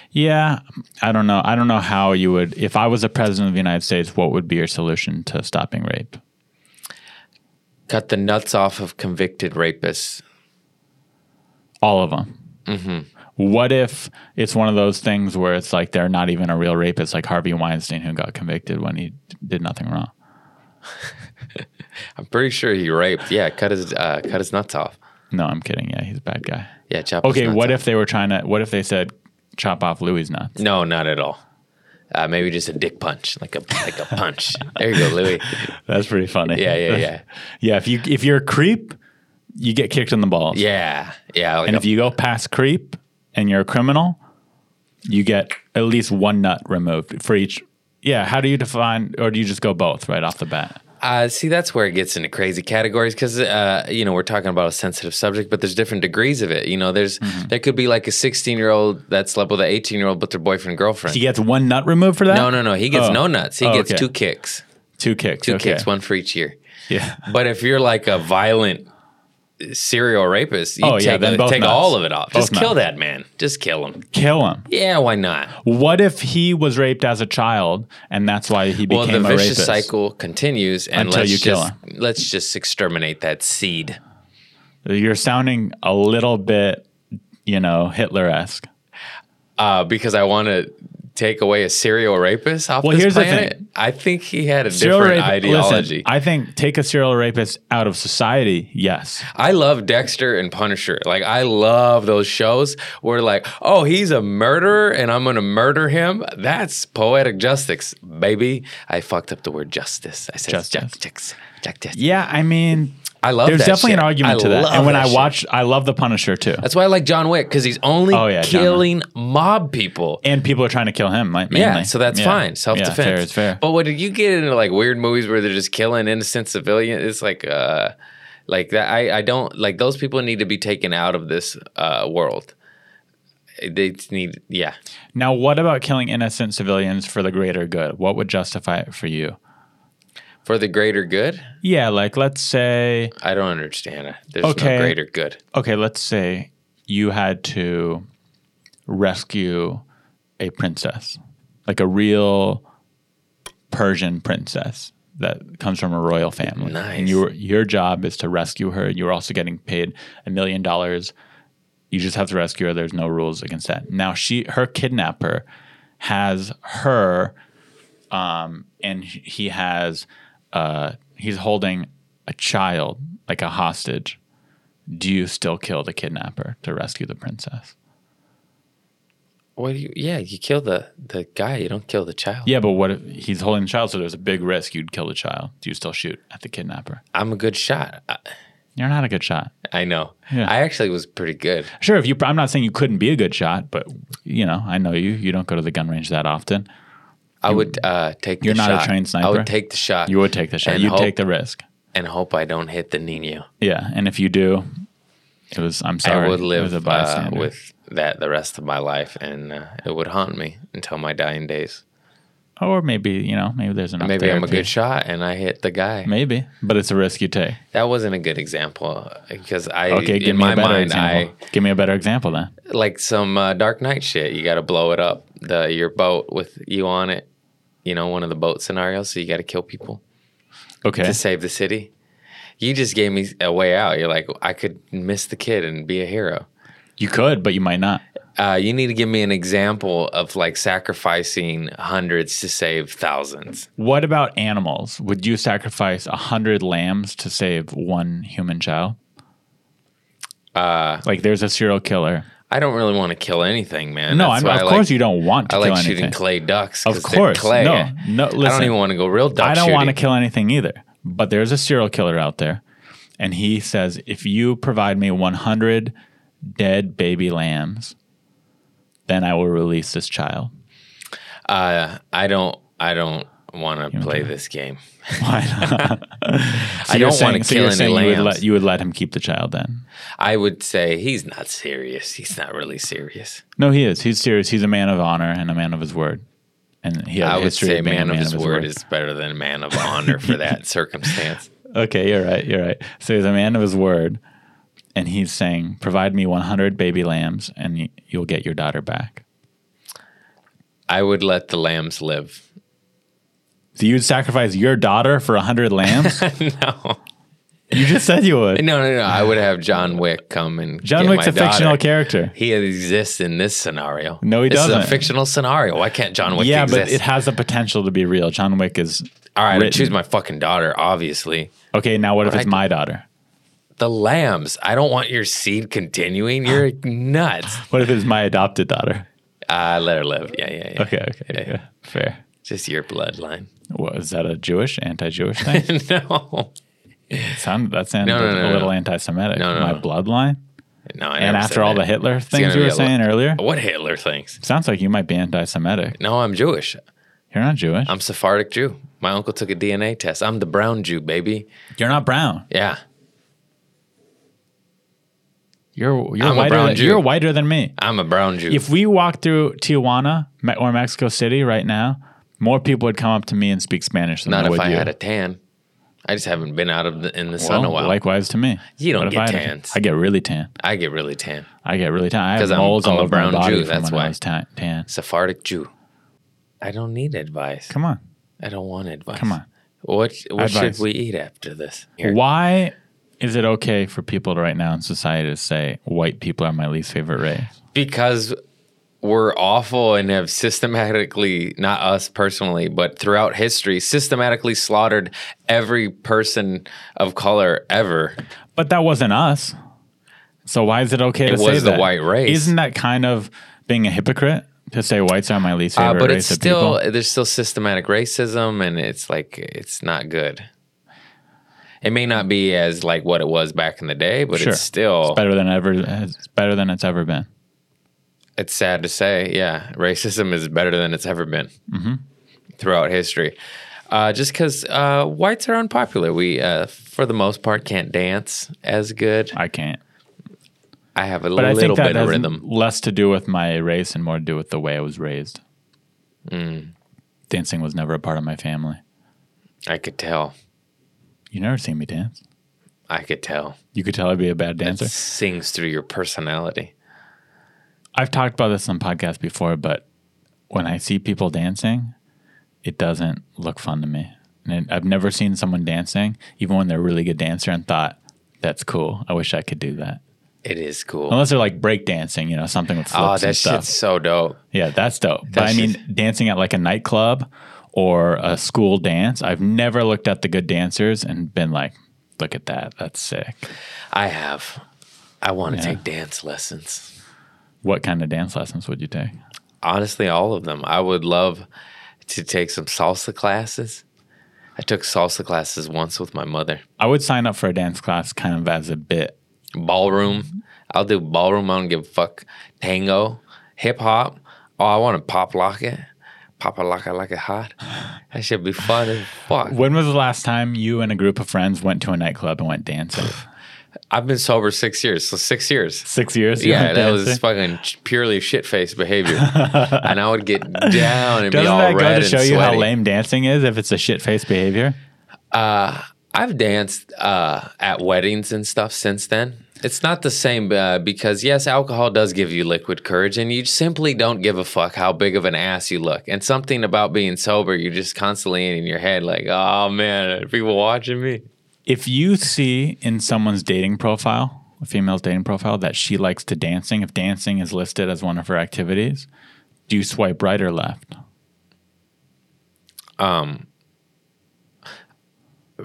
S7: Yeah, I don't know. I don't know how you would. If I was a president of the United States, what would be your solution to stopping rape?
S6: Cut the nuts off of convicted rapists.
S7: All of them. Mm-hmm. What if it's one of those things where it's like they're not even a real rapist, like Harvey Weinstein, who got convicted when he did nothing wrong?
S6: I'm pretty sure he raped. Yeah, cut his uh, cut his nuts off.
S7: No, I'm kidding. Yeah, he's a bad guy.
S6: Yeah, chop.
S7: Okay,
S6: his nuts
S7: what
S6: off.
S7: if they were trying to? What if they said chop off Louis' nuts?
S6: No, not at all. Uh, maybe just a dick punch, like a like a punch. there you go, Louis.
S7: That's pretty funny.
S6: Yeah, yeah, yeah,
S7: yeah. If you if you're a creep, you get kicked in the balls.
S6: yeah, yeah. Like
S7: And
S6: a-
S7: if you go past creep and you're a criminal, you get at least one nut removed for each. Yeah, how do you define, or do you just go both right off the bat?
S6: Uh, see, that's where it gets into crazy categories because uh, you know we're talking about a sensitive subject, but there's different degrees of it. You know, there's
S7: Mm-hmm.
S6: there could be like a 16 year old that slept with an 18 year old, but their boyfriend and girlfriend.
S7: He gets one nut removed for that?
S6: no, no, no. He gets
S7: Oh.
S6: no nuts. He
S7: Oh,
S6: gets
S7: okay.
S6: two kicks,
S7: Two kicks.
S6: two
S7: okay.
S6: kicks, one for each year.
S7: Yeah.
S6: But if you're like a violent uh, serial rapist, you
S7: Oh,
S6: take,
S7: yeah, then both
S6: take
S7: nuts.
S6: all of it off. Just
S7: Both
S6: kill
S7: nuts.
S6: that man. Just kill him.
S7: Kill him.
S6: Yeah, why not?
S7: What if he was raped as a child and that's why he became
S6: Well, the
S7: a
S6: vicious
S7: rapist?
S6: cycle continues, and
S7: Until
S6: let's
S7: you kill
S6: just let's just exterminate that seed.
S7: You're sounding a little bit, you know, Hitler esque.
S6: uh, because I want to take away a serial rapist off
S7: Well,
S6: this
S7: here's the
S6: planet.
S7: thing.
S6: I think he had a
S7: Serial
S6: different
S7: rape-
S6: ideology.
S7: Listen, I think take a serial rapist out of society. Yes.
S6: I love Dexter and Punisher. Like I love those shows where like, oh, he's a murderer and I'm gonna murder him. That's poetic justice, baby. I fucked up the word justice. I said
S7: Justice.
S6: justice. Justice.
S7: Yeah, I mean,
S6: I love
S7: There's
S6: that
S7: definitely
S6: shit.
S7: an argument
S6: I
S7: to that.
S6: love
S7: And when
S6: that
S7: I
S6: shit.
S7: watch, I love The Punisher too.
S6: That's why I like John Wick because he's only
S7: Oh, yeah, John Wick.
S6: killing mob people.
S7: and people are trying to kill him, like, mainly.
S6: Yeah, so that's
S7: Yeah.
S6: fine. Self
S7: Yeah,
S6: defense.
S7: fair is fair.
S6: But when you get into like weird movies where they're just killing innocent civilians, it's like uh like that I, I don't like those people need to be taken out of this uh world. They need yeah.
S7: now, what about killing innocent civilians for the greater good? What would justify it for you?
S6: For the greater good?
S7: Yeah, like let's say,
S6: I don't understand. it. There's
S7: Okay.
S6: no greater good.
S7: okay, let's say you had to rescue a princess, like a real Persian princess that comes from a royal family.
S6: Nice.
S7: And your your job is to rescue her. You're also getting paid a million dollars. You just have to rescue her. There's no rules against that. Now she her kidnapper has her um and he has uh he's holding a child like a hostage. Do you still kill the kidnapper to rescue the princess?
S6: What do you yeah, you kill the the guy, you don't kill the child.
S7: Yeah, but what if he's holding the child, so there's a big risk you'd kill the child. Do you still shoot at the kidnapper?
S6: I'm a good shot. I,
S7: You're not a good shot.
S6: I know.
S7: Yeah.
S6: I actually was pretty good.
S7: Sure, if you, I'm not saying you couldn't be a good shot, but you know, I know you. You don't go to the gun range that often.
S6: I would uh take
S7: You're
S6: the
S7: not a
S6: shot.
S7: trained
S6: I
S7: sniper?
S6: would take the shot.
S7: You would take the shot.
S6: And
S7: You would
S6: hope-
S7: take the risk.
S6: and hope I don't hit the Nino.
S7: Yeah, and if you do, it was. I'm sorry.
S6: I would
S7: it
S6: live
S7: was a
S6: uh,
S7: bystander.
S6: with that the rest of my life, and uh, it would haunt me until my dying days.
S7: or maybe you know, maybe there's an
S6: Maybe I'm a good shot, and I hit the guy.
S7: Maybe, but it's a risk you take.
S6: That wasn't a good example because I,
S7: Okay, give
S6: in
S7: me
S6: my
S7: a better
S6: mind, I
S7: example. give me a better example then.
S6: like some uh, Dark Knight shit. You got to blow it up the your boat with you on it. You know, one of the boat scenarios. So you got to kill people
S7: Okay,
S6: to save the city. You just gave me a way out. You're like, I could miss the kid and be a hero.
S7: You could, but you might not.
S6: Uh, you need to give me an example of like sacrificing hundreds to save thousands.
S7: What about animals? Would you sacrifice a hundred lambs to save one human child? Uh, like there's a serial killer.
S6: I don't really want to kill anything, man.
S7: No,
S6: That's
S7: I'm,
S6: why
S7: of
S6: I
S7: course
S6: like,
S7: you don't want to
S6: I
S7: kill
S6: like
S7: anything.
S6: shooting clay ducks.
S7: Of
S6: 'cause they're
S7: course,
S6: clay.
S7: no, no. Listen,
S6: I don't even want to go real duck
S7: I don't
S6: shooting.
S7: want to kill anything either. But there's a serial killer out there, and he says if you provide me 100 dead baby lambs, then I will release this child.
S6: Uh, I don't. I don't want to play this game.
S7: Why not? So
S6: I
S7: you're
S6: don't want to
S7: saying- so
S6: kill
S7: you're
S6: any
S7: saying you would,
S6: lambs.
S7: let, you would let him keep the child then?
S6: I would say he's not serious. He's not really serious.
S7: No, he is. He's serious. He's a man of honor and a man of his word. And he has
S6: I
S7: a
S6: would
S7: history
S6: say
S7: of being
S6: man,
S7: a
S6: of his, word is better than man of honor for that circumstance.
S7: Okay, you're right. You're right. So he's a man of his word, and he's saying, "Provide me 100 baby lambs, and y- you'll get your daughter back."
S6: I would let the lambs live.
S7: So you'd sacrifice your daughter for 100 lambs?
S6: No,
S7: you just said you would.
S6: no, no, no. I would have John Wick come and
S7: John
S6: get
S7: Wick's
S6: my
S7: a fictional
S6: daughter.
S7: character.
S6: He exists in this scenario.
S7: No, he
S6: this Is
S7: doesn't.
S6: a fictional scenario. Why can't John Wick
S7: yeah,
S6: exist?
S7: but it has the potential to be real. John Wick is
S6: All right, I
S7: written.
S6: choose my fucking daughter. Obviously,
S7: okay. Now, what if it's
S6: Right.
S7: my daughter?
S6: the lambs. I don't want your seed continuing. You're nuts.
S7: What if it's my adopted daughter?
S6: Uh, let her live. Yeah, yeah, yeah.
S7: Okay, okay,
S6: Yeah, yeah.
S7: yeah, fair.
S6: Just your bloodline.
S7: What, is that a Jewish, anti-Jewish thing?
S6: no,
S7: It sounded, that sounded
S6: No, no,
S7: a
S6: no,
S7: little
S6: no.
S7: anti-Semitic.
S6: No, no,
S7: my
S6: no.
S7: bloodline.
S6: no. I
S7: And
S6: never said
S7: after all
S6: that.
S7: the Hitler
S6: It's gonna
S7: things you
S6: be
S7: were
S6: a lo-
S7: saying earlier,
S6: What Hitler thinks?
S7: sounds like you might be anti-Semitic.
S6: No, I'm Jewish.
S7: You're not Jewish.
S6: I'm Sephardic Jew. My uncle took a DNA test. I'm the brown Jew, baby.
S7: You're not brown.
S6: Yeah.
S7: You're you're
S6: I'm a
S7: whiter.
S6: brown
S7: than,
S6: Jew.
S7: You're whiter than me.
S6: I'm a brown Jew.
S7: If we walked through Tijuana Me- or Mexico City right now, more people would come up to me and speak Spanish than
S6: Not
S7: they
S6: if
S7: would
S6: I
S7: you.
S6: had a tan. I just haven't been out of the, in the
S7: well,
S6: sun a while.
S7: likewise to me.
S6: You don't
S7: What if
S6: get
S7: I had a-
S6: tans.
S7: I get really tan.
S6: I get really tan.
S7: I get really tan. I have
S6: 'Cause I'm-
S7: moles
S6: I'm
S7: all
S6: a
S7: over my
S6: brown
S7: body
S6: Jew,
S7: from
S6: that's
S7: when I
S6: why.
S7: was tan. tan.
S6: Sephardic Jew. I don't need advice.
S7: Come on,
S6: I don't want advice.
S7: come on.
S6: What what
S7: Advice.
S6: should we eat after this? Here.
S7: Why is it okay for people right now in society to say white people are my least favorite race?
S6: Because we're awful and have systematically, not us personally, but throughout history, systematically slaughtered every person of color ever.
S7: But that wasn't us. So why is it okay to
S6: It
S7: say
S6: was the
S7: that?
S6: white race.
S7: Isn't that kind of being a hypocrite to say whites are my least
S6: Uh,
S7: favorite
S6: but it's
S7: race
S6: still
S7: of people?
S6: there's still systematic racism, and it's like it's not good. It may not be as like what it was back in the day, but
S7: Sure.
S6: it's still
S7: It's better than ever. It's better than it's ever been.
S6: it's sad to say, yeah, racism is better than it's ever been
S7: Mm-hmm.
S6: throughout history. Uh, just because uh, whites are unpopular, we uh, for the most part can't dance as good.
S7: I can't.
S6: I have a
S7: But I
S6: little
S7: think that
S6: bit of
S7: has
S6: rhythm.
S7: less to do with my race and more to do with the way I was raised.
S6: Mm.
S7: Dancing was never a part of my family.
S6: I could tell.
S7: You never seen me dance.
S6: I could tell.
S7: You could tell I'd be a bad
S6: It
S7: dancer.
S6: sings through your personality.
S7: I've talked about this on podcast before, but when I see people dancing, it doesn't look fun to me. And I've never seen someone dancing, even when they're a really good dancer, and thought, that's cool. I wish I could do that.
S6: It is cool.
S7: Unless they're like break dancing, you know, something with flips
S6: oh, that
S7: and stuff.
S6: shit's so dope.
S7: yeah, that's dope. but
S6: that
S7: I mean,
S6: shit's-
S7: dancing at like a nightclub or a school dance, I've never looked at the good dancers and been like, look at that. That's sick.
S6: I have. I want to
S7: Yeah.
S6: take dance lessons.
S7: What kind of dance lessons would you take?
S6: Honestly, all of them. I would love to take some salsa classes. I took salsa classes once with my mother.
S7: I would sign up for a dance class kind of as a bit Mm-hmm.
S6: Ballroom. I'll do ballroom. I don't give a fuck. Tango, hip hop. Oh, I want to pop lock it. Pop a lock it like it hot. That should be fun as fuck.
S7: When was the last time you and a group of friends went to a nightclub and went dancing?
S6: I've been sober six years, so six years.
S7: Six years? you
S6: Yeah,
S7: went
S6: that was
S7: dancing?
S6: fucking purely shit face behavior. and I would get down and be
S7: Doesn't
S6: all
S7: that go
S6: red
S7: to show
S6: and
S7: you how
S6: sweaty.
S7: lame dancing is if it's a shit faced behavior?
S6: I've danced uh, at weddings and stuff since then. It's not the same uh, because, yes, alcohol does give you liquid courage, and you simply don't give a fuck how big of an ass you look. And something about being sober, you're just constantly in your head, like, oh man, are people watching me.
S7: if you see in someone's dating profile, a female's dating profile, that she likes to dancing, if dancing is listed as one of her activities, do you swipe right or left?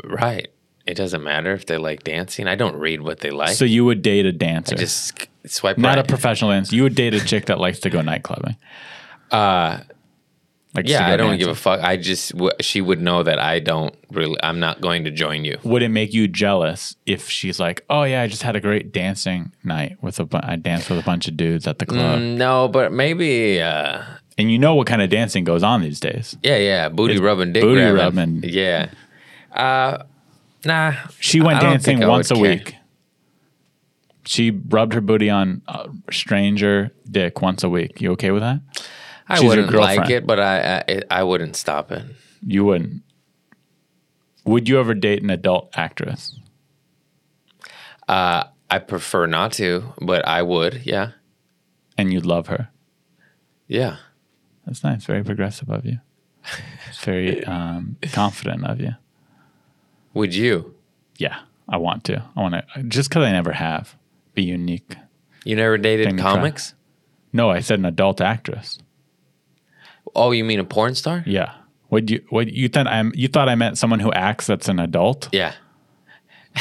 S6: Right. It doesn't matter if they like dancing. I don't read what they like.
S7: So you would date a dancer,
S6: just swipe
S7: not
S6: right.
S7: a professional dancer. You would date a chick that likes to go nightclubbing. Uh, like
S6: Uh, yeah, I don't give a fuck. I just w- she would know that I don't really. I'm not going to join you.
S7: Would it make you jealous if she's like, "Oh yeah, I just had a great dancing night with a bu- I danced with a bunch of dudes at the club,"
S6: Mm, No, but maybe. Uh,
S7: and you know what kind of dancing goes on these days?
S6: yeah, yeah. Booty
S7: It's
S6: rubbing, dick
S7: booty
S6: grabbing.
S7: rubbing.
S6: Yeah. Uh, nah.
S7: She
S6: I
S7: went
S6: don't
S7: dancing
S6: think I would
S7: once a
S6: care.
S7: week. She rubbed her booty on a stranger dick once a week. You okay with that?
S6: I
S7: She's your
S6: wouldn't like
S7: girlfriend.
S6: it, but I, I I wouldn't stop it.
S7: You wouldn't. Would you ever date an adult actress?
S6: I prefer not to, but I would. Yeah.
S7: And you'd love her.
S6: Yeah.
S7: That's nice. Very progressive of you. It's very um, confident of you.
S6: Would you?
S7: Yeah, I want to. I want to just because I never have. Be unique.
S6: You never dated
S7: Thing to try.
S6: comics?
S7: No, I said an adult actress.
S6: Oh, you mean a porn star?
S7: Yeah. What you what you thought I'm you thought I meant someone who acts that's an adult?
S6: Yeah.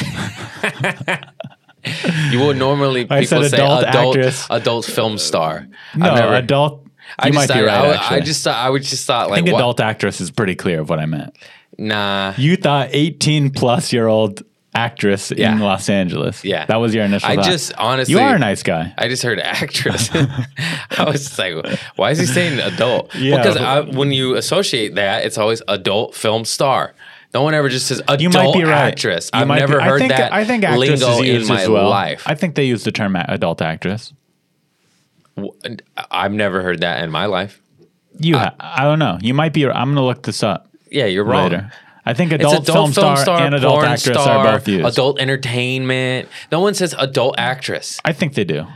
S6: you will normally people
S7: I said
S6: say
S7: adult
S6: adult adult,
S7: actress.
S6: film star.
S7: No,
S6: I've never-
S7: adult. You
S6: I just
S7: might
S6: thought,
S7: be right.
S6: I, would-
S7: actually.
S6: I just thought I would just thought
S7: I
S6: like
S7: think
S6: what?
S7: adult actress is pretty clear of what I meant.
S6: nah.
S7: You thought 18 plus year old actress
S6: Yeah.
S7: in Los Angeles.
S6: Yeah.
S7: That was your initial
S6: I
S7: thought.
S6: just honestly
S7: You are a nice guy.
S6: I just heard actress. I was just like, why is he saying adult?
S7: Yeah.
S6: Because I, when you associate that, it's always adult film star. No one ever just says adult
S7: You might be right.
S6: actress.
S7: You
S6: I've
S7: might be-
S6: never heard
S7: I think,
S6: that
S7: I think actress
S6: lingo
S7: is used
S6: in my
S7: as well.
S6: life.
S7: I think they use the term a- adult actress.
S6: W- I've never heard that in my life.
S7: You, ha- I don't know. You might be. I'm going to look this up
S6: Yeah, you're wrong.
S7: later. I think adult, film, star, and adult
S6: porn
S7: actress are both used.
S6: Adult entertainment. No one says adult actress.
S7: I think they do.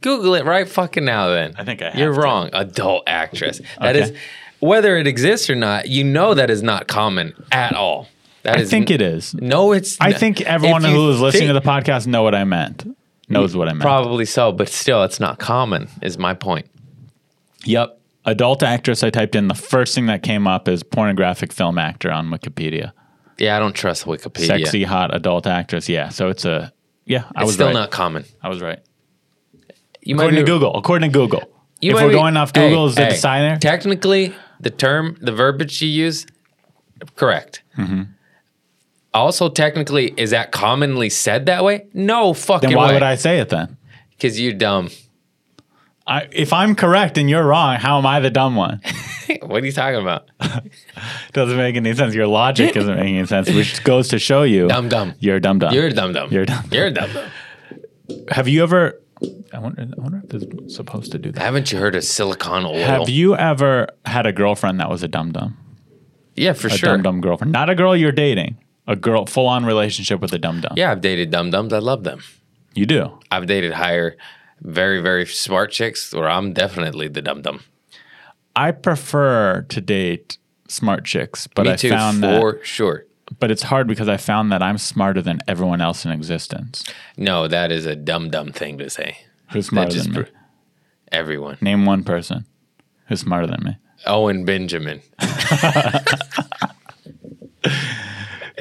S6: Google it right fucking now. Then
S7: I think I have
S6: you're
S7: to.
S6: wrong. Adult actress. That
S7: Okay.
S6: is, whether it exists or not, you know that is not common at all. That
S7: I
S6: is
S7: think it is.
S6: No, it's.
S7: I
S6: n-
S7: think
S6: if
S7: everyone
S6: you
S7: who is listening to
S6: think-
S7: the podcast know what I meant. Knows what I meant.
S6: probably so, but still, it's not common. Is my point.
S7: Yep. Adult actress I typed in. The first thing that came up is pornographic film actor on Wikipedia.
S6: Yeah, I don't trust Wikipedia.
S7: Sexy, hot adult actress. Yeah. So it's a, yeah, I
S6: It's
S7: was
S6: still
S7: right.
S6: not common.
S7: I was right.
S6: You
S7: According to
S6: be-
S7: Google. According to Google.
S6: you
S7: if
S6: might
S7: we're
S6: be-
S7: going off
S6: Hey,
S7: Google, is the
S6: hey,
S7: designer?
S6: Technically, the term, the verbiage you use, correct.
S7: Mm-hmm.
S6: Also, technically, is that commonly said that way? No fucking
S7: Then why
S6: way.
S7: would I say it then?
S6: Because you're dumb.
S7: I, if I'm correct and you're wrong, how am I the dumb one?
S6: what are you talking about?
S7: Doesn't make any sense. Your logic isn't making any sense, which goes to show you
S6: Dumb dumb.
S7: You're dumb dumb.
S6: You're dumb dumb.
S7: You're dumb.
S6: You're dumb dumb.
S7: Have you ever? I wonder. I wonder if this is supposed to do that.
S6: Haven't you heard of silicon oil?
S7: Have you ever had a girlfriend that was a dum dum?
S6: yeah, for
S7: A
S6: sure.
S7: dum dum girlfriend, not a girl you're dating. A girl, full on relationship with a dum dum.
S6: Yeah, I've dated dum dums. I love them.
S7: you do.
S6: I've dated higher, very very smart chicks where I'm definitely the dum dum.
S7: I prefer to date smart chicks, but
S6: Me
S7: I
S6: too,
S7: found
S6: for sure.
S7: that. But it's hard because I found that I'm smarter than everyone else in existence.
S6: No, that is a dumb dumb thing to say.
S7: Who's smarter
S6: just
S7: than me?
S6: pr- Everyone.
S7: Name one person who's smarter than me.
S6: Owen Benjamin.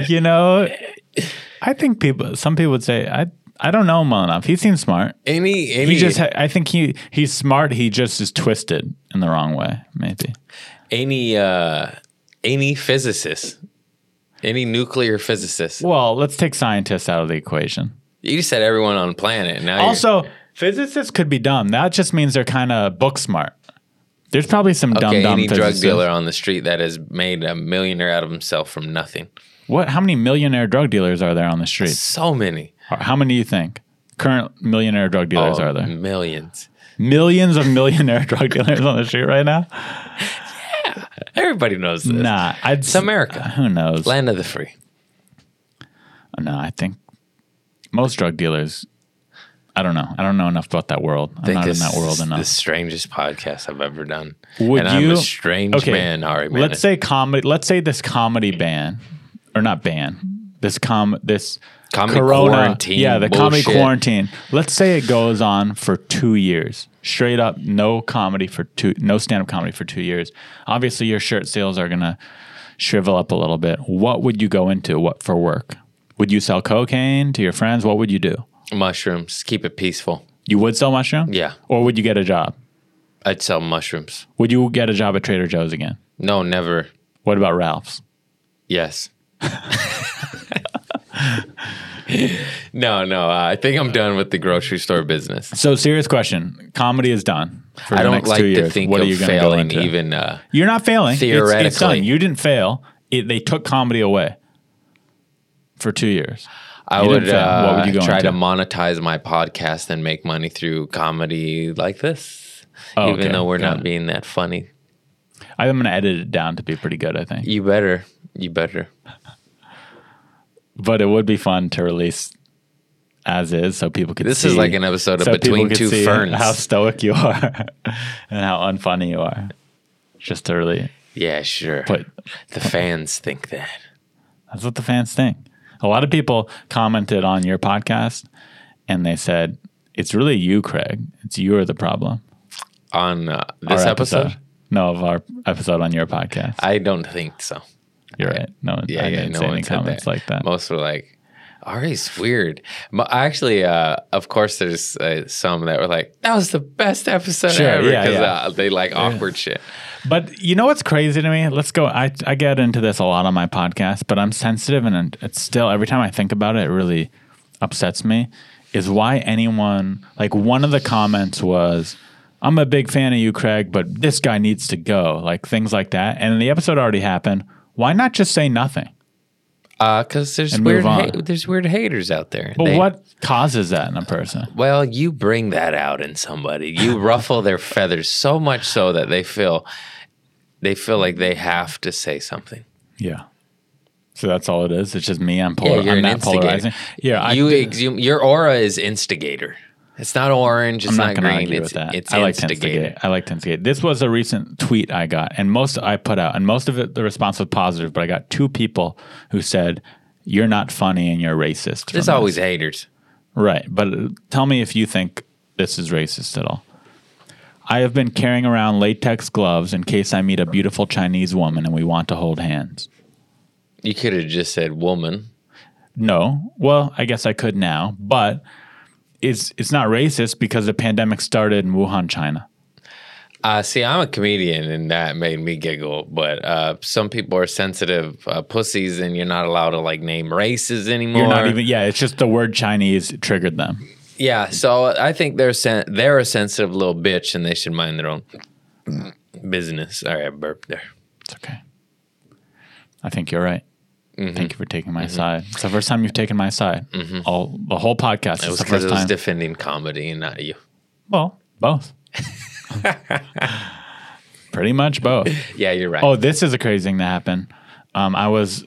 S7: You know, I think people. Some people would say I. I don't know him well enough. He seems smart.
S6: Any any
S7: He just, ha- I think he he's smart. He just is twisted in the wrong way, maybe.
S6: any uh any physicist. Any nuclear physicist.
S7: Well, let's take scientists out of the equation.
S6: You just said everyone on the planet. and Now you're-
S7: Also, physicists could be dumb. That just means they're kind of book smart. There's probably some dumb
S6: okay,
S7: dumb
S6: any drug
S7: physicists.
S6: dealer on the street that has made a millionaire out of himself from nothing.
S7: What? How many millionaire drug dealers are there on the street?
S6: So many.
S7: How many do you think? Current millionaire drug dealers
S6: Oh,
S7: are there?
S6: Millions.
S7: Millions of millionaire drug dealers on the street right now?
S6: Everybody knows this.
S7: Nah, I'd uh,
S6: It's America.
S7: Who knows?
S6: Land of the free.
S7: No, I think most drug dealers. I don't know. I don't know enough about that world. I'm
S6: think
S7: not in
S6: it's
S7: that world enough.
S6: The strangest podcast I've ever done.
S7: Would
S6: and
S7: you?
S6: I'm a strange man, Ari. Man.
S7: Let's say comedy. Let's say this comedy ban, or not ban, this com this
S6: Comedy
S7: corona
S6: quarantine
S7: yeah the comedy
S6: bullshit.
S7: quarantine let's say it goes on for two years straight up no comedy for two no stand-up comedy for two years obviously your shirt sales are gonna shrivel up a little bit what would you go into what for work would you sell cocaine to your friends what would you do
S6: Mushrooms. Keep it peaceful.
S7: you would sell mushroom
S6: Yeah.
S7: or would you get a job
S6: I'd sell mushrooms.
S7: would you get a job at trader joe's again
S6: No, never.
S7: what about ralph's
S6: Yes. no, no. Uh, I think I'm done with the grocery store business.
S7: so serious question comedy is done for
S6: I
S7: the
S6: don't
S7: next
S6: like
S7: two
S6: to
S7: years
S6: think
S7: what
S6: of
S7: are you gonna go
S6: failing.
S7: into?
S6: Even uh,
S7: You're not failing. It's- it's,
S6: Theoretically.
S7: done. You didn't fail. It, they took comedy away for two years.
S6: I
S7: You
S6: would,
S7: didn't fail.
S6: uh,
S7: What would you go
S6: try to
S7: into?
S6: monetize my podcast and make money through comedy like this,
S7: Oh,
S6: even
S7: okay.
S6: though we're
S7: Got
S6: not
S7: it.
S6: being that funny.
S7: I'm going to edit it down to be pretty good, I think.
S6: You better. You better.
S7: But it would be fun to release as is, so people could.
S6: This
S7: see,
S6: is like an episode of
S7: so people
S6: Between
S7: could
S6: Two
S7: see
S6: Ferns.
S7: How stoic you are, and how unfunny you are. Just to really
S6: Yeah, sure.
S7: put.
S6: the fans think that.
S7: That's what the fans think. A lot of people commented on your podcast, and they said, "It's really you, Craig. It's you are the problem."
S6: On uh, this
S7: our
S6: episode?
S7: No, of our episode on your podcast.
S6: I don't think so.
S7: You're right. No, one
S6: Yeah,
S7: I
S6: yeah,
S7: didn't
S6: no
S7: say
S6: one
S7: any
S6: said
S7: comments
S6: that.
S7: like that.
S6: Most were like, Ari's weird. Mo- Actually, uh, of course, there's uh, some that were like, that was the best episode
S7: Sure,
S6: ever
S7: yeah,
S6: because
S7: yeah.
S6: uh, they like awkward shit.
S7: But you know what's crazy to me? Let's go. I, I get into this a lot on my podcast, but I'm sensitive and it's still, every time I think about it, it really upsets me. Is why anyone, like one of the comments was, I'm a big fan of you, Craig, but this guy needs to go, like things like that. And the episode already happened. Why not just say nothing?
S6: Because Uh, there's
S7: And
S6: weird,
S7: move
S6: ha-
S7: on.
S6: there's weird haters out there.
S7: But
S6: They-
S7: what causes that in a person?
S6: Well, you bring that out in somebody. You ruffle their feathers so much so that they feel they feel like they have to say something.
S7: Yeah. So that's all it is. It's just me. I'm
S6: Yeah,
S7: polar.
S6: you're
S7: I'm
S6: an
S7: not
S6: instigator.
S7: polarizing. Yeah, I,
S6: you exhume, your aura is instigator. It's not orange. It's
S7: I'm
S6: not,
S7: not going to
S6: green.
S7: argue
S6: it's
S7: with that.
S6: it's
S7: I like to
S6: instigator.
S7: instigate. I like to instigate. This was a recent tweet I got, and most I put out, and most of it the response was positive. But I got two people who said, "You're not funny and you're racist." from
S6: There's
S7: this."
S6: always haters.
S7: right. But uh, tell me if you think this is racist at all. I have been carrying around latex gloves in case I meet a beautiful Chinese woman and we want to hold hands.
S6: You could have just said woman.
S7: No. Well, I guess I could now, but it's it's not racist because the pandemic started in Wuhan, China.
S6: Uh, see, I'm a comedian, and that made me giggle. But uh, some people are sensitive uh, pussies, and you're not allowed to like name races anymore.
S7: You're not even yeah, it's just the word Chinese triggered them.
S6: Yeah, so I think they're sen- they're a sensitive little bitch, and they should mind their own business. All right, I burped there.
S7: It's okay. I think you're right.
S6: Mm-hmm.
S7: Thank you for taking my side. It's the first time you've taken my side. All the whole podcast
S6: It
S7: is
S6: Mm-hmm. was
S7: the
S6: because
S7: first
S6: it was
S7: time.
S6: defending comedy and not you.
S7: well, both. Pretty much both.
S6: Yeah, you're right.
S7: Oh, this is a crazy thing that happened. Um, I was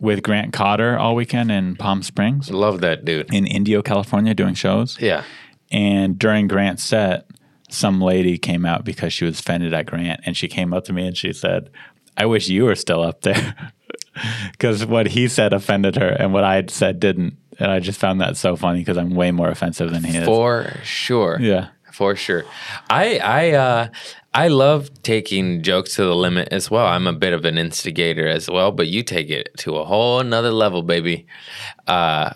S7: with Grant Cotter all weekend in Palm Springs
S6: love that dude.
S7: in Indio, California, doing shows.
S6: Yeah,
S7: And during Grant's set, some lady came out because she was offended at Grant, and she came up to me and she said, "I wish you were still up there," because what he said offended her, and what I had said didn't. And I just found that so funny because I'm way more offensive than he is.
S6: for sure.
S7: yeah,
S6: for sure. I I uh, I love taking jokes to the limit as well. I'm a bit of an instigator as well, but you take it to a whole another level, baby. Uh,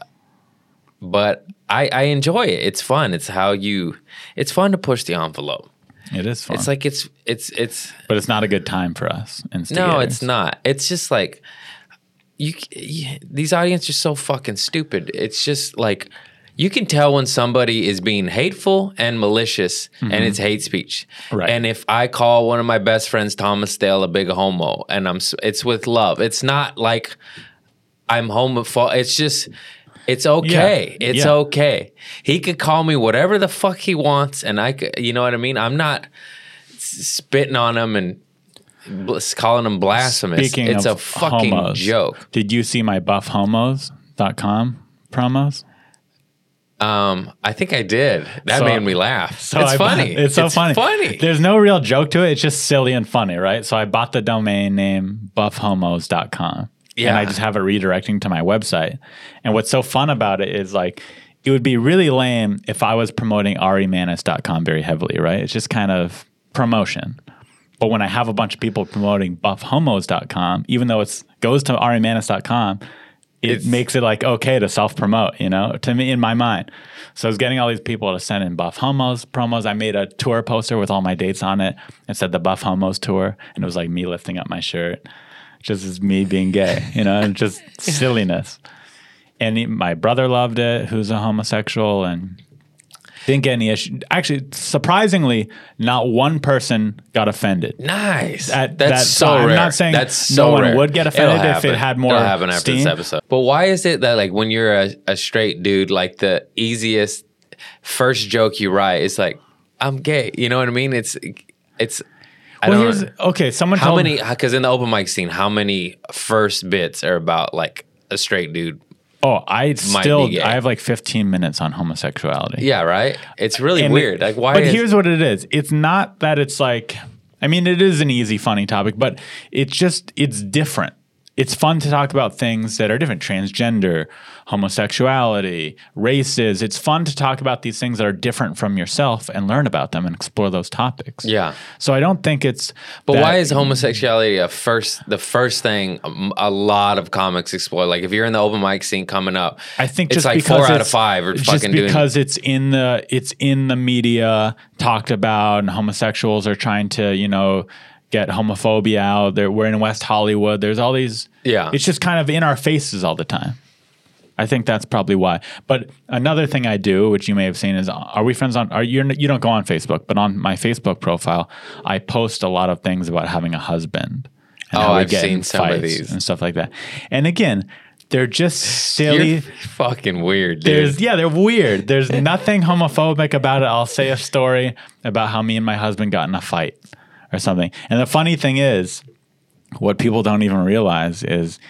S6: but I I enjoy it. It's fun. It's how you. It's fun to push the envelope.
S7: it is fun.
S6: It's like it's it's it's
S7: but it's not a good time for us.
S6: no, it's
S7: instigators.
S6: not. It's just like you, c- you these audience are so fucking stupid. It's just like you can tell when somebody is being hateful and malicious and it's hate speech.
S7: Mm-hmm. Right.
S6: And if I call one of my best friends Thomas Dale a big homo and I'm s- it's with love. It's not like I'm homophobic. It's just it's okay.
S7: Yeah.
S6: It's
S7: Yeah.
S6: okay. He could call me whatever the fuck he wants and I could, you know what I mean? I'm not s- spitting on him and bl- calling him blasphemous.
S7: Speaking
S6: it's
S7: of
S6: a fucking
S7: homos,
S6: joke.
S7: Did you see my buffhomos.com promos?
S6: Um, I think I did. That
S7: So-
S6: made me laugh.
S7: So
S6: it's
S7: I bought-
S6: funny.
S7: it's so funny.
S6: Funny.
S7: There's no real joke to it. It's just silly and funny, right? So I bought the domain name buffhomos.com. and I
S6: Yeah.
S7: just have it redirecting to my website. And what's so fun about it is like it would be really lame if I was promoting arimanis.com very heavily, right? It's just kind of promotion. But when I have a bunch of people promoting buffhomos.com, even though it's goes to arimanis.com, it
S6: It's-
S7: makes it like okay to self promote, you know, to me in my mind. So I was getting all these people to send in Buff Homos promos. I made a tour poster with all my dates on it. It said the Buff Homos tour, and it was like me lifting up my shirt, just as me being gay, you know, and just silliness. And he- my brother loved it, who's a homosexual, and didn't get any issue. Actually, surprisingly, not one person got offended
S6: Nice.
S7: That-
S6: that's
S7: that-
S6: so
S7: so I'm
S6: rare.
S7: not saying
S6: that's
S7: no
S6: so
S7: one
S6: rare.
S7: would get
S6: It'll
S7: offended if
S6: happen.
S7: it had more
S6: It'll happen after this
S7: steam.
S6: episode. But why is it that like when you're a, a straight dude, like the easiest first joke you write is like, "I'm gay." You know what I mean? It's it's. I
S7: Well,
S6: don't.
S7: here's okay. Someone
S6: how
S7: told
S6: many? Because in the open mic scene, how many first bits are about like a straight dude?
S7: Oh, I still
S6: gay.
S7: I have like 15 minutes on homosexuality.
S6: Yeah, right. It's really
S7: And-
S6: weird. Like why?
S7: But
S6: is,
S7: here's what it is. It's not that it's like. I mean, it is an easy, funny topic, but it's just it's different. It's fun to talk about things that are different: transgender, homosexuality, races. It's fun to talk about these things that are different from yourself and learn about them and explore those topics.
S6: Yeah.
S7: So I don't think it's.
S6: But
S7: that-
S6: why is homosexuality a first the first thing um, a lot of comics explore? Like if you're in the open mic scene coming up,
S7: I think
S6: it's
S7: just
S6: like
S7: because
S6: four out
S7: it's-
S6: of five are
S7: just
S6: fucking doing.
S7: because it's in the it's in the media talked about, and homosexuals are trying to you know get homophobia out. There, we're in West Hollywood. There's all these.
S6: Yeah.
S7: it's just kind of in our faces all the time. I think that's probably why. But another thing I do, which you may have seen, is are we friends on? Are you? You don't go on Facebook, but on my Facebook profile, I post a lot of things about having a husband.
S6: Oh,
S7: And how we
S6: I've
S7: get in
S6: seen some of
S7: fights
S6: these.
S7: and stuff like that. And again, they're just silly.
S6: You're fucking weird, dude.
S7: There's yeah, they're weird. There's nothing homophobic about it. I'll say a story about how me and my husband got in a fight or something. And the funny thing is, what people don't even realize is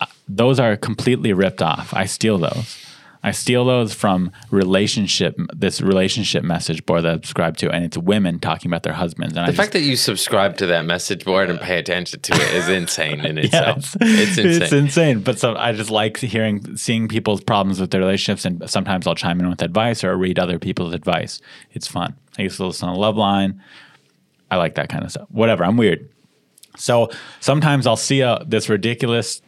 S7: uh, those are completely ripped off. I steal those. I steal those from relationship this relationship message board that I subscribe to, and it's women talking about their husbands. And I
S6: the
S7: just-
S6: fact that you subscribe to that message board and pay attention to it is insane in
S7: Yeah,
S6: itself. it's, insane.
S7: It's insane. But so I just like hearing, seeing people's problems with their relationships, and sometimes I'll chime in with advice or read other people's advice. It's fun. I used to listen to Love Line. I like that kind of stuff. Whatever. I'm weird. So sometimes I'll see a, this ridiculous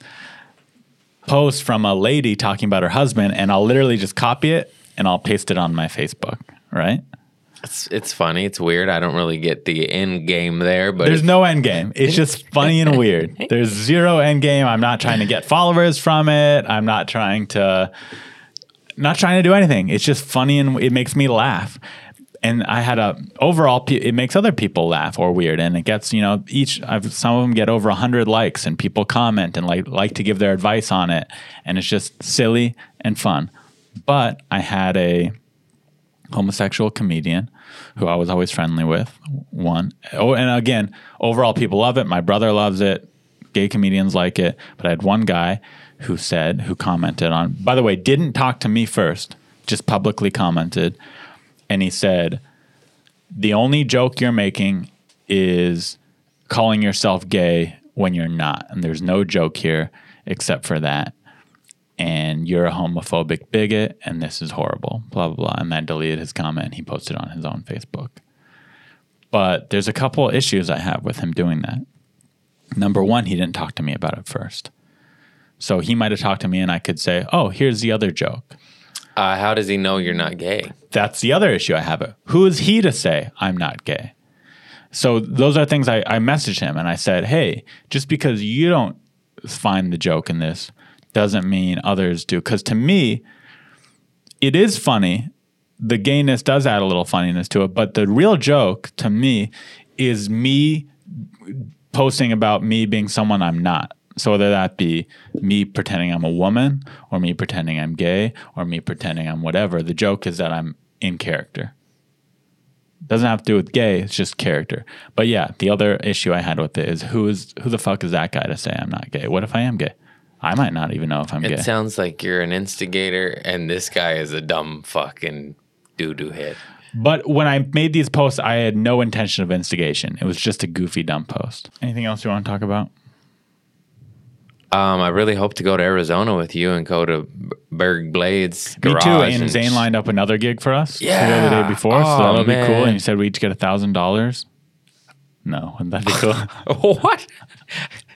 S7: post from a lady talking about her husband, and I'll literally just copy it and I'll paste it on my Facebook. Right?
S6: It's, it's funny. It's weird. I don't really get the end game there, but
S7: There's
S6: it-
S7: no end game. It's just funny and weird. There's zero end game. I'm not trying to get followers from it. I'm not trying to not trying to do anything. It's just funny and it makes me laugh. And I had a overall pe- it makes other people laugh or weird and it gets, you know, each I've, some of them get over 100 likes and people comment and like like to give their advice on it and it's just silly and fun. But I had a homosexual comedian who I was always friendly with. One. Oh, and again, overall, people love it. My brother loves it. Gay comedians like it. But I had one guy who said, who commented on, by the way, didn't talk to me first, just publicly commented. And he said, the only joke you're making is calling yourself gay when you're not. And there's no joke here except for that and you're a homophobic bigot and this is horrible blah blah blah and then deleted his comment and he posted on his own facebook but there's a couple issues i have with him doing that number one he didn't talk to me about it first so he might have talked to me and i could say oh here's the other joke
S6: uh, how does he know you're not gay?
S7: that's the other issue I have. Who is he to say I'm not gay? So those are things I, I messaged him and I said, hey, just because you don't find the joke in this doesn't mean others do. Because to me, it is funny. The gayness does add a little funniness to it, but the real joke to me is me posting about me being someone I'm not. So whether that be me pretending I'm a woman or me pretending I'm gay or me pretending I'm whatever, the joke is that I'm in character. Doesn't have to do with gay, it's just character. But yeah, the other issue I had with it is who is who the fuck is that guy to say I'm not gay? What if I am gay? I might not even know if I'm
S6: It
S7: gay.
S6: sounds like you're an instigator, and this guy is a dumb fucking doo doo head.
S7: But when I made these posts, I had no intention of instigation. It was just a goofy dumb post. Anything else you want to talk about?
S6: Um, I really hope to go to Arizona with you and go to B- Berg Blades.
S7: Me
S6: garage
S7: too. And
S6: and-
S7: Zane lined up another gig for us. to go the
S6: Yeah.
S7: day before, so
S6: Oh,
S7: that'll be cool.
S6: man.
S7: And he said we each get a thousand dollars. No, wouldn't that be cool?
S6: What?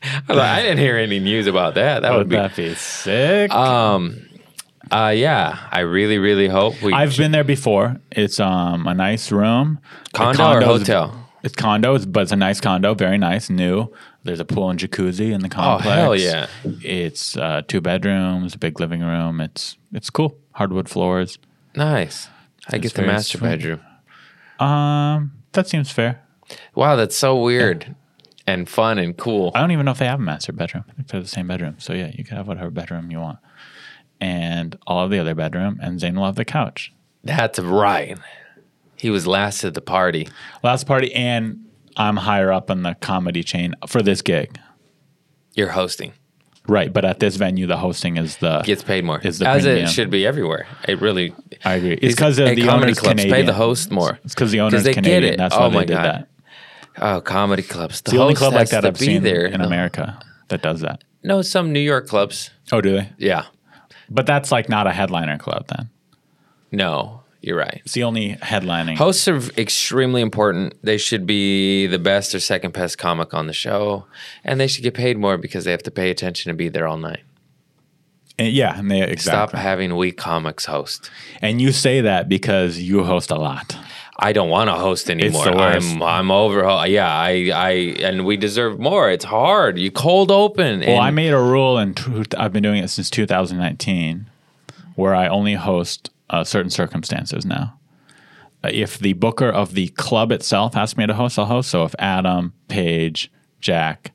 S6: I, was like, I didn't hear any news about that. That would
S7: Would
S6: be.
S7: that be sick?
S6: Uh, yeah, I really, really hope we.
S7: I've been there before. It's um a nice room. The
S6: Condo or
S7: condo's-
S6: hotel?
S7: It's condo, it's- but it's a nice condo, very nice, new. There's a pool and jacuzzi in the
S6: oh
S7: complex.
S6: hell yeah!
S7: It's uh, two bedrooms, a big living room. It's it's cool. Hardwood floors.
S6: Nice. I
S7: It's
S6: get the
S7: very
S6: master
S7: sweet.
S6: bedroom.
S7: Um, that seems fair.
S6: Wow, that's so weird and fun and cool.
S7: I don't even know if they have a master bedroom. I think they're the same bedroom. So yeah, you can have whatever bedroom you want. And I'll have the other bedroom, and Zane will have the couch.
S6: That's right. He was last at the party.
S7: Last party, and I'm higher up in the comedy chain for this gig.
S6: You're hosting.
S7: Right, but at this venue, the hosting is the
S6: Gets paid more.
S7: Is the
S6: As
S7: premium.
S6: it should be everywhere. It really.
S7: I agree. It's
S6: These-
S7: because
S6: hey,
S7: the
S6: comedy
S7: owner's
S6: clubs
S7: Canadian.
S6: pay the host more.
S7: It's because the owner's
S6: they get
S7: Canadian.
S6: it.
S7: That's
S6: Oh
S7: why they
S6: my
S7: did
S6: God.
S7: that.
S6: Oh, comedy clubs. The,
S7: It's the only
S6: host
S7: club like
S6: has
S7: that
S6: to
S7: I've
S6: be
S7: seen
S6: there.
S7: in
S6: No.
S7: America that does that.
S6: No, some New York clubs.
S7: Oh, do they?
S6: Yeah.
S7: But that's like not a headliner club. Then
S6: No, you're right.
S7: it's the only headlining.
S6: Hosts are extremely important. They should be the best or second best comic on the show, and they should get paid more because they have to pay attention and be there all night.
S7: And- yeah, and they
S6: Stop
S7: exactly.
S6: having weak comics host.
S7: and you say that because you host a lot.
S6: I don't want to host anymore.
S7: the worst.
S6: I'm I'm over. Yeah, I I and we deserve more. It's hard. You cold open.
S7: Well,
S6: and-
S7: I made a rule, and truth, I've been doing it since 2019, where I only host uh, certain circumstances now. Uh, If the booker of the club itself asks me to host, I'll host. So if Adam, Paige, Jack,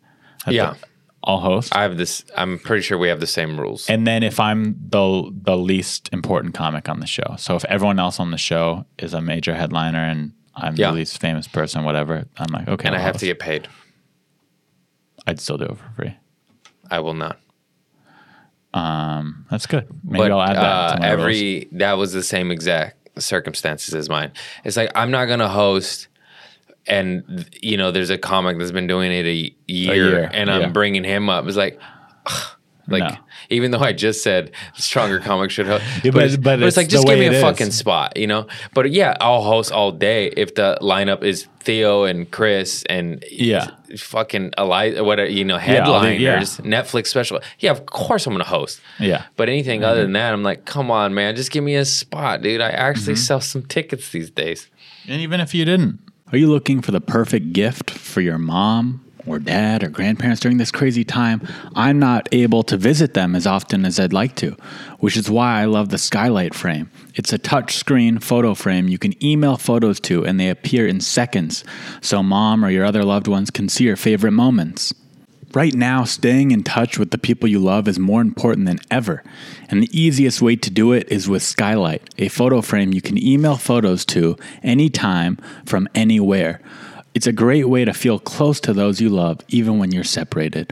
S7: I
S6: Yeah.
S7: think I'll host.
S6: I have this. I'm pretty sure we have the same rules.
S7: and then if I'm the the least important comic on the show, so if everyone else on the show is a major headliner and I'm
S6: Yeah.
S7: the least famous person, whatever, I'm like, okay,
S6: and I
S7: I'll
S6: have
S7: host.
S6: to get paid.
S7: I'd still do it for free.
S6: I will not.
S7: That's good. Maybe
S6: but
S7: I'll add that.
S6: uh,
S7: to my rules.
S6: every that was the same exact circumstances as mine. It's like I'm not gonna host, and you know, there's a comic that's been doing it a year,
S7: year,
S6: and
S7: yeah.
S6: I'm bringing him up. It's like. ugh, Like
S7: No.
S6: even though I just said stronger comic should host,
S7: Yeah,
S6: but,
S7: but-
S6: it's,
S7: but
S6: but it's
S7: it's
S6: like
S7: the
S6: just give
S7: way
S6: me
S7: it
S6: a
S7: is.
S6: fucking spot, you know. But yeah, I'll host all day if the lineup is Theo and Chris and
S7: Yeah.
S6: fucking Eli, whatever you know,
S7: Yeah, I'll do-
S6: headliners,
S7: yeah.
S6: Netflix special. Yeah, of course I'm gonna host.
S7: Yeah. Mm-hmm.
S6: But anything other than that, I'm like, come on, man, just give me a spot, dude. I actually
S7: Mm-hmm.
S6: sell some tickets these days.
S7: And even if you didn't. Are you looking for the perfect gift for your mom or dad or grandparents during this crazy time? I'm not able to visit them as often as I'd like to, which is why I love the Skylight Frame. It's a touchscreen photo frame you can email photos to, and they appear in seconds, so mom or your other loved ones can see your favorite moments. Right now, staying in touch with the people you love is more important than ever. And the easiest way to do it is with Skylight, a photo frame you can email photos to anytime from anywhere. It's a great way to feel close to those you love, even when you're separated.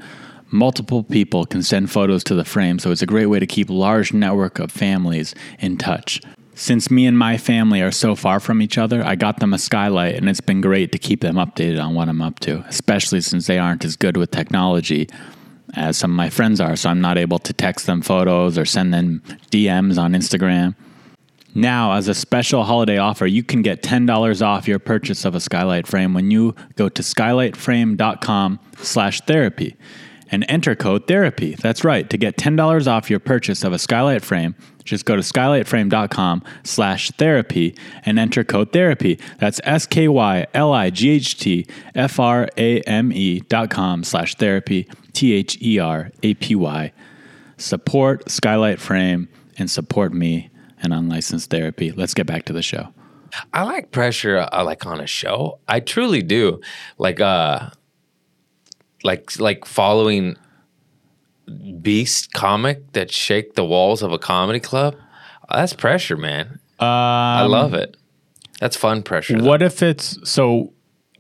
S7: Multiple people can send photos to the frame, so it's a great way to keep large network of families in touch. Since me and my family are so far from each other, I got them a skylight and it's been great to keep them updated on what I'm up to, especially since they aren't as good with technology as some of my friends are, so I'm not able to text them photos or send them DMs on Instagram. Now, as a special holiday offer, you can get $10 off your purchase of a Skylight Frame when you go to skylightframe.com slash therapy and enter code therapy. That's right. To get $10 off your purchase of a Skylight Frame, just go to skylightframe.com slash therapy and enter code therapy. That's S-K-Y-L-I-G-H-T-F-R-A-M-E E dot com slash therapy, E T-H-E-R-A-P-Y support Skylight Frame and support me and Unlicensed Therapy. Let's get back to the show.
S6: I like pressure, uh, like on a show. I truly do. Like, uh, like, like following beast comic that shake the walls of a comedy club. Uh, That's pressure, man. I love it. That's fun pressure. though.
S7: Um, What if it's so?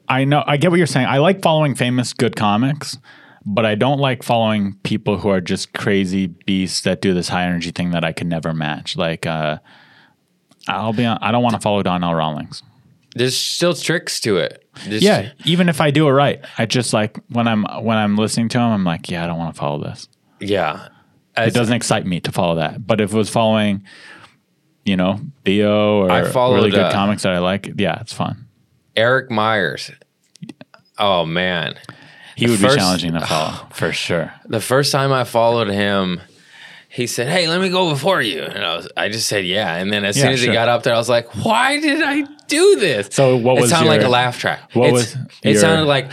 S7: I know I get what you're saying. I like following famous good comics, but I don't like following people who are just crazy beasts that do this high energy thing that I can never match. Like, uh, I'll be on, I don't want to follow Donnell Rawlings.
S6: There's still tricks to it. There's-
S7: Yeah, even if I do it right, I just like when I'm when I'm listening to him, I'm like, yeah, I don't want to follow this.
S6: yeah.
S7: It doesn't excite me to follow that. But if it was following, you know, Theo or
S6: I followed,
S7: really good
S6: uh,
S7: comics that I like, yeah, it's fun.
S6: Eric Myers. Oh man.
S7: He would
S6: first-
S7: be challenging to follow for sure.
S6: The first time I followed him, he said, Hey, let me go before you. And I, was, I just said, Yeah. And then as
S7: Yeah,
S6: soon as
S7: sure.
S6: he got up there, I was like, Why did I do this?
S7: So what
S6: It
S7: was
S6: sounded like
S7: your-
S6: a laugh track.
S7: what
S6: It's-
S7: was
S6: it
S7: your-
S6: sounded like,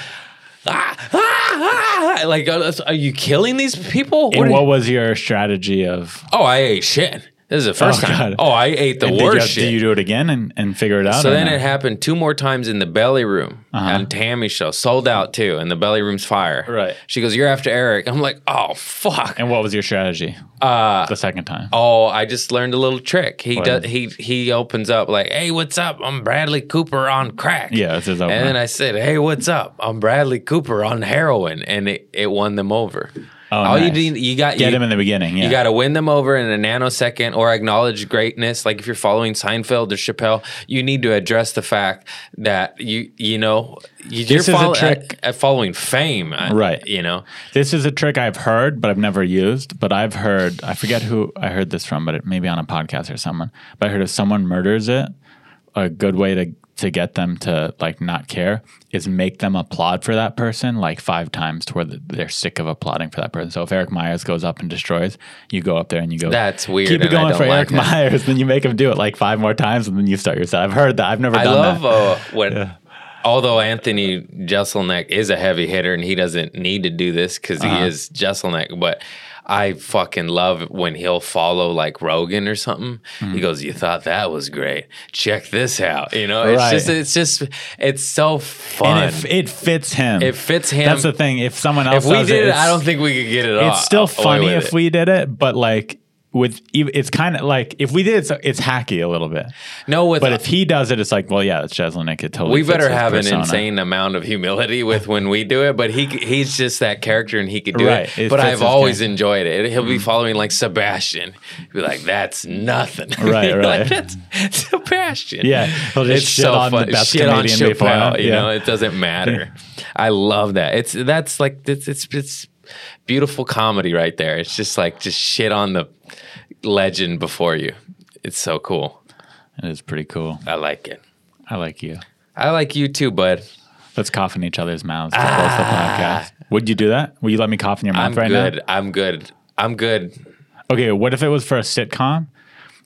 S6: ah, ah, ah, like, uh, are you killing these people? What
S7: and
S6: are
S7: what
S6: you-
S7: was your strategy of
S6: oh, I ate shit. This is the first
S7: Oh,
S6: time.
S7: God.
S6: Oh, I ate the
S7: and did you,
S6: worst
S7: have-
S6: shit.
S7: did you do it again and, and figure it out?
S6: So
S7: or
S6: then
S7: no?
S6: it happened two more times in the belly room
S7: Uh-huh.
S6: at Tammy's show, sold out too, and the belly room's fire.
S7: Right.
S6: She goes, "You're after Eric." I'm like, "Oh fuck."
S7: And what was your strategy? Uh, the second time.
S6: Oh, I just learned a little trick. He
S7: What?
S6: does. He he opens up like, "Hey, what's up? I'm Bradley Cooper on crack."
S7: Yeah, that's his
S6: And
S7: opener.
S6: then I said, "Hey, what's up? I'm Bradley Cooper on heroin," and it, it won them over.
S7: Oh,
S6: All
S7: nice.
S6: you need, you got
S7: Get
S6: you,
S7: him in the beginning. Yeah.
S6: You got to win them over in a nanosecond or acknowledge greatness. Like if you're following Seinfeld or Chappelle, you need to address the fact that you, you know, you, you're
S7: is a
S6: follow-
S7: trick.
S6: at, at following fame. I-
S7: Right.
S6: You know,
S7: This is a trick I've heard, but I've never used. But I've heard, I forget who I heard this from, but it maybe on a podcast or someone. But I heard if someone murders it, a good way to to get them to like not care is make them applaud for that person like five times to where th- they're sick of applauding for that person. So if Eric Myers goes up and destroys, you go up there and you go.
S6: That's weird,
S7: Keep it
S6: and I
S7: going
S6: don't
S7: for
S6: like
S7: Eric
S6: that.
S7: Myers, then you make him do it like five more times, and then you start yourself. I've heard that. I've never
S6: I love
S7: done that.
S6: uh, what. Although Anthony Jeselnik is a heavy hitter and he doesn't need to do this because
S7: Uh-huh.
S6: he is Jeselnik, but I fucking love when he'll follow like Rogan or something.
S7: Mm-hmm.
S6: He goes, "You thought that was great? Check this out." You know, it's
S7: Right.
S6: just, it's just, it's so fun.
S7: And it, it fits him.
S6: It fits him.
S7: That's the thing. If someone
S6: if
S7: else
S6: we
S7: does
S6: did it,
S7: it's-
S6: I don't think we could get it off.
S7: it's still funny if we did it, but like with ev- it's kind of like if we did it, so it's hacky a little bit.
S6: No, with
S7: But if he does it, it's like, well, yeah, it's Jeselnik. It totally.
S6: we
S7: fits
S6: better
S7: his
S6: have an
S7: persona.
S6: insane amount of humility with when we do it, but he he's just that character and he could do
S7: Right,
S6: it.
S7: it
S6: but
S7: fits
S6: I've
S7: his
S6: always
S7: character. Mm.
S6: enjoyed it. He'll be following like Sebastian, He'll be like, "That's nothing."
S7: Right,
S6: Like,
S7: right.
S6: That's Sebastian.
S7: Yeah, he'll just shit on the best comedian before him,
S6: You
S7: yeah.
S6: know, it doesn't matter. I love that. It's that's like it's it's it's beautiful comedy right there. It's just like just shit on the legend before you. It's so cool.
S7: It is pretty cool.
S6: I like it.
S7: I like you.
S6: I like you too, bud.
S7: Let's cough in each other's mouths to close the podcast. Would you do that? Will you let me cough in your mouth
S6: I'm
S7: right
S6: good.
S7: now?
S6: I'm good. I'm good.
S7: Okay. What if it was for a sitcom,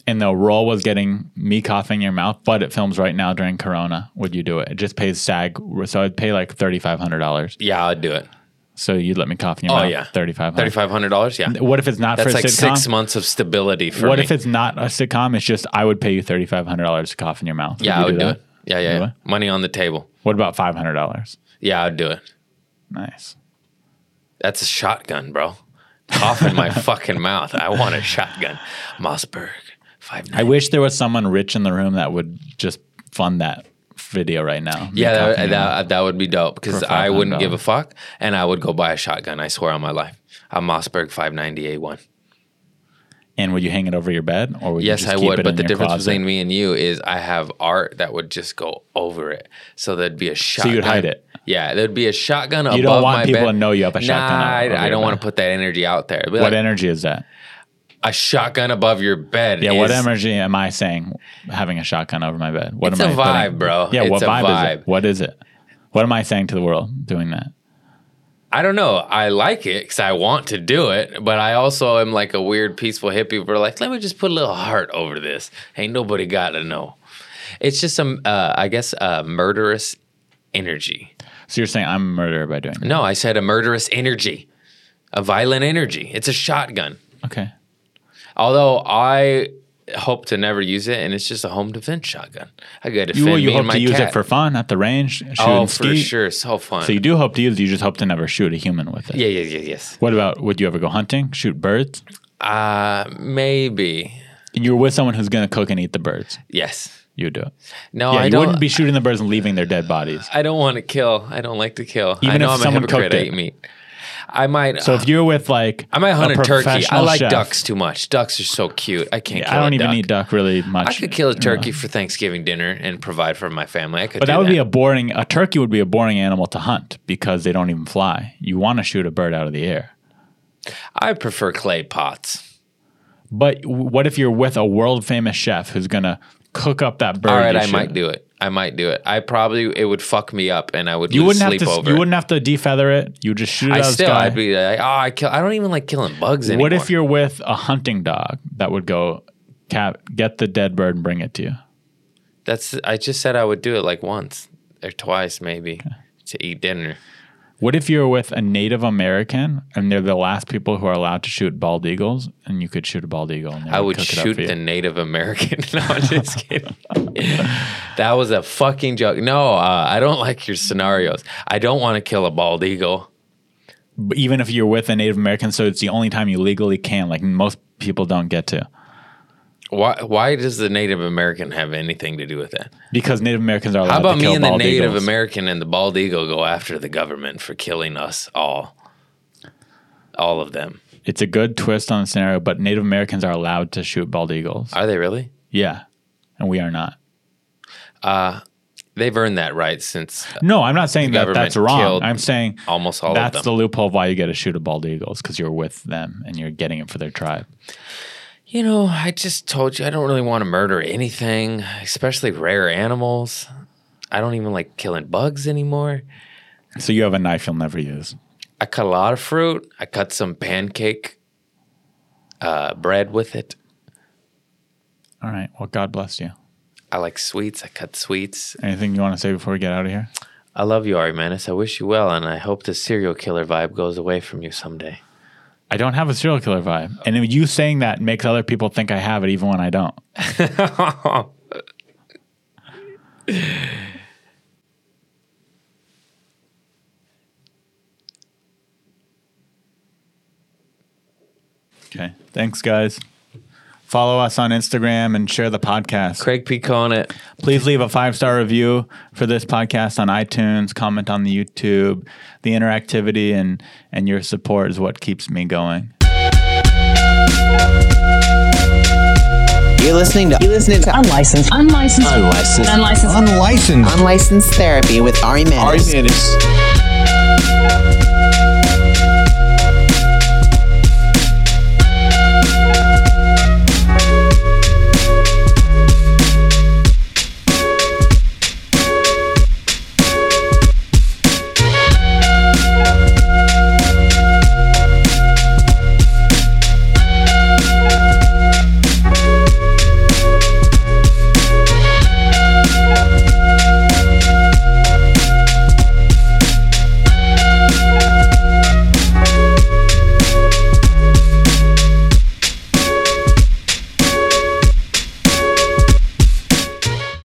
S7: and the role was getting me coughing in your mouth, but it films right now during Corona? Would you do it? It just pays SAG, so I'd pay like thirty five hundred dollars.
S6: Yeah, I'd do it.
S7: So you'd let me cough in your
S6: Oh
S7: mouth?
S6: yeah,
S7: thirty five
S6: Thirty
S7: hundred.
S6: five hundred dollars. Yeah,
S7: What if it's not
S6: that's
S7: for a
S6: like
S7: sitcom?
S6: six months of stability for
S7: What
S6: me.
S7: if it's not a sitcom? It's just I would pay you thirty five hundred dollars to cough in your mouth.
S6: yeah,
S7: you
S6: I would do,
S7: that?
S6: it. Yeah, yeah,
S7: You
S6: yeah.
S7: would?
S6: Money on the table.
S7: What about five hundred dollars?
S6: Yeah, I'd do it.
S7: Nice.
S6: That's a shotgun, bro. Cough in my fucking mouth. I want a shotgun. Mossberg five
S7: I
S6: nine.
S7: wish there was someone rich in the room that would just fund that video right now. Me
S6: Yeah,
S7: coughing
S6: that,
S7: in my mouth.
S6: that, that would be dope because
S7: For
S6: I wouldn't
S7: $500.
S6: give a fuck, and I would go buy a shotgun. I swear on my life. A Mossberg five ninety eight one.
S7: And would you hang it over your bed, or would
S6: Yes,
S7: you just
S6: I
S7: keep
S6: would,
S7: It in
S6: but the
S7: your
S6: difference
S7: closet?
S6: between me and you is I have art that would just go over it. So there'd be a shotgun.
S7: you'd hide it?
S6: Yeah, there'd be a shotgun above
S7: You don't want
S6: my
S7: people
S6: bed.
S7: to know you have a shotgun
S6: Nah,
S7: over
S6: I, I
S7: your
S6: don't
S7: bed.
S6: want to put that energy out there. It'd be
S7: What
S6: like,
S7: energy is that?
S6: a shotgun above your bed.
S7: Yeah,
S6: is,
S7: what energy am I saying? Having a shotgun over my bed. What
S6: It's
S7: am
S6: a
S7: I putting-
S6: vibe, bro.
S7: Yeah,
S6: It's
S7: what
S6: a
S7: vibe, is
S6: vibe.
S7: it? What is it? What am I saying to the world doing that?
S6: I don't know. I like it because I want to do it, but I also am like a weird, peaceful hippie. We're like, let me just put a little heart over this. Ain't nobody got to know. It's just some, uh, I guess, uh, murderous energy.
S7: So you're saying I'm a murderer by doing that?
S6: No, I said a murderous energy, a violent energy. It's a shotgun.
S7: Okay.
S6: Although I hope to never use it, and it's just a home defense shotgun. I got to
S7: You,
S6: defend
S7: well, you
S6: me and
S7: hope
S6: my
S7: to use
S6: cat.
S7: it for fun at the range, shoot
S6: oh,
S7: and
S6: for
S7: skeet.
S6: sure, so fun.
S7: So you do hope to use. it, You just hope to never shoot a human with it.
S6: yeah, yeah, yeah, yes.
S7: What about? Would you ever go hunting? Shoot birds?
S6: Uh, maybe
S7: You're with someone who's going to cook and eat the birds.
S6: yes.
S7: You would do it.
S6: No,
S7: yeah,
S6: Oh, I
S7: you
S6: don't.
S7: wouldn't be shooting the birds and leaving their dead bodies.
S6: I don't want to kill. I don't like to kill. I
S7: Even
S6: know
S7: if
S6: I'm
S7: someone
S6: a hypocrite.
S7: cooked
S6: I
S7: it.
S6: eat meat. I might.
S7: So if you're with like,
S6: Uh, I might hunt a, turkey. I
S7: professional
S6: like
S7: chef-
S6: ducks too much. Ducks are so cute. I can't.
S7: Yeah,
S6: kill
S7: I don't
S6: a
S7: even
S6: duck.
S7: eat duck really much.
S6: I could kill a
S7: you know.
S6: turkey for Thanksgiving dinner and provide for my family. I could.
S7: But
S6: do
S7: that would be a boring. A turkey would be a boring animal to hunt because they don't even fly. You want to shoot a bird out of the air.
S6: I prefer clay pots.
S7: But w- what if you're with a world famous chef who's gonna cook up that bird?
S6: All right,
S7: Oh, you
S6: I
S7: shoot?
S6: might do it. I might do it. I probably it would fuck me up, and I would
S7: You
S6: lose
S7: wouldn't have
S6: sleep
S7: to.
S6: over.
S7: You
S6: it.
S7: wouldn't have to defeather it. You would just shoot it out
S6: I
S7: of the
S6: still,
S7: sky.
S6: I'd be like, oh, I kill. I don't even like killing bugs anymore.
S7: What if you're with a hunting dog that would go cap, get the dead bird and bring it to you?
S6: That's. I just said I would do it like once or twice, maybe, to eat dinner.
S7: What if you're with a Native American and they're the last people who are allowed to shoot bald eagles and you could shoot a bald eagle? And they
S6: I would
S7: cook it up
S6: shoot
S7: for you?
S6: the Native American. no, I'm just kidding. that was a fucking joke. No, uh, I don't like your scenarios. I don't want to kill a bald eagle.
S7: But even if you're with a Native American, so it's the only time you legally can. Like most people don't get to
S6: Why? Why does the Native American have anything to do with that?
S7: because Native Americans are allowed.
S6: How about
S7: to kill
S6: me and the
S7: bald
S6: Native
S7: eagles.
S6: American and the bald eagle go after the government for killing us all? All of them.
S7: It's a good twist on the scenario, but Native Americans are allowed to shoot bald eagles.
S6: Are they really?
S7: yeah, and we are not.
S6: They've earned that right since
S7: No, I'm not saying
S6: The
S7: that that's
S6: government
S7: wrong.
S6: killed
S7: I'm saying
S6: almost all
S7: that's
S6: of
S7: the
S6: them.
S7: loophole of why you get to shoot a bald eagle because you're with them and you're getting it for their tribe.
S6: you know, I just told you I don't really want to murder anything, especially rare animals. I don't even like killing bugs anymore.
S7: So you have a knife you'll never use.
S6: I cut a lot of fruit. I cut some pancake uh, bread with it.
S7: All right. Well, God bless you.
S6: I like sweets. I cut sweets.
S7: Anything you want to say before we get out of here?
S6: I love you, Ari Manis. I wish you well, and I hope the serial killer vibe goes away from you someday.
S7: I don't have a serial killer vibe, and you saying that makes other people think I have it, even when I don't. okay. Thanks, guys. Follow us on Instagram and share the podcast.
S6: Craig P. Conant.
S7: Please leave a five star review for this podcast on iTunes. Comment on the YouTube. The interactivity and and your support is what keeps me going.
S3: You're listening to You're listening to
S4: Unlicensed. Unlicensed.
S3: Unlicensed
S4: Unlicensed.
S5: Unlicensed.
S3: Unlicensed Therapy with Ari Manis.
S5: Ari Manis.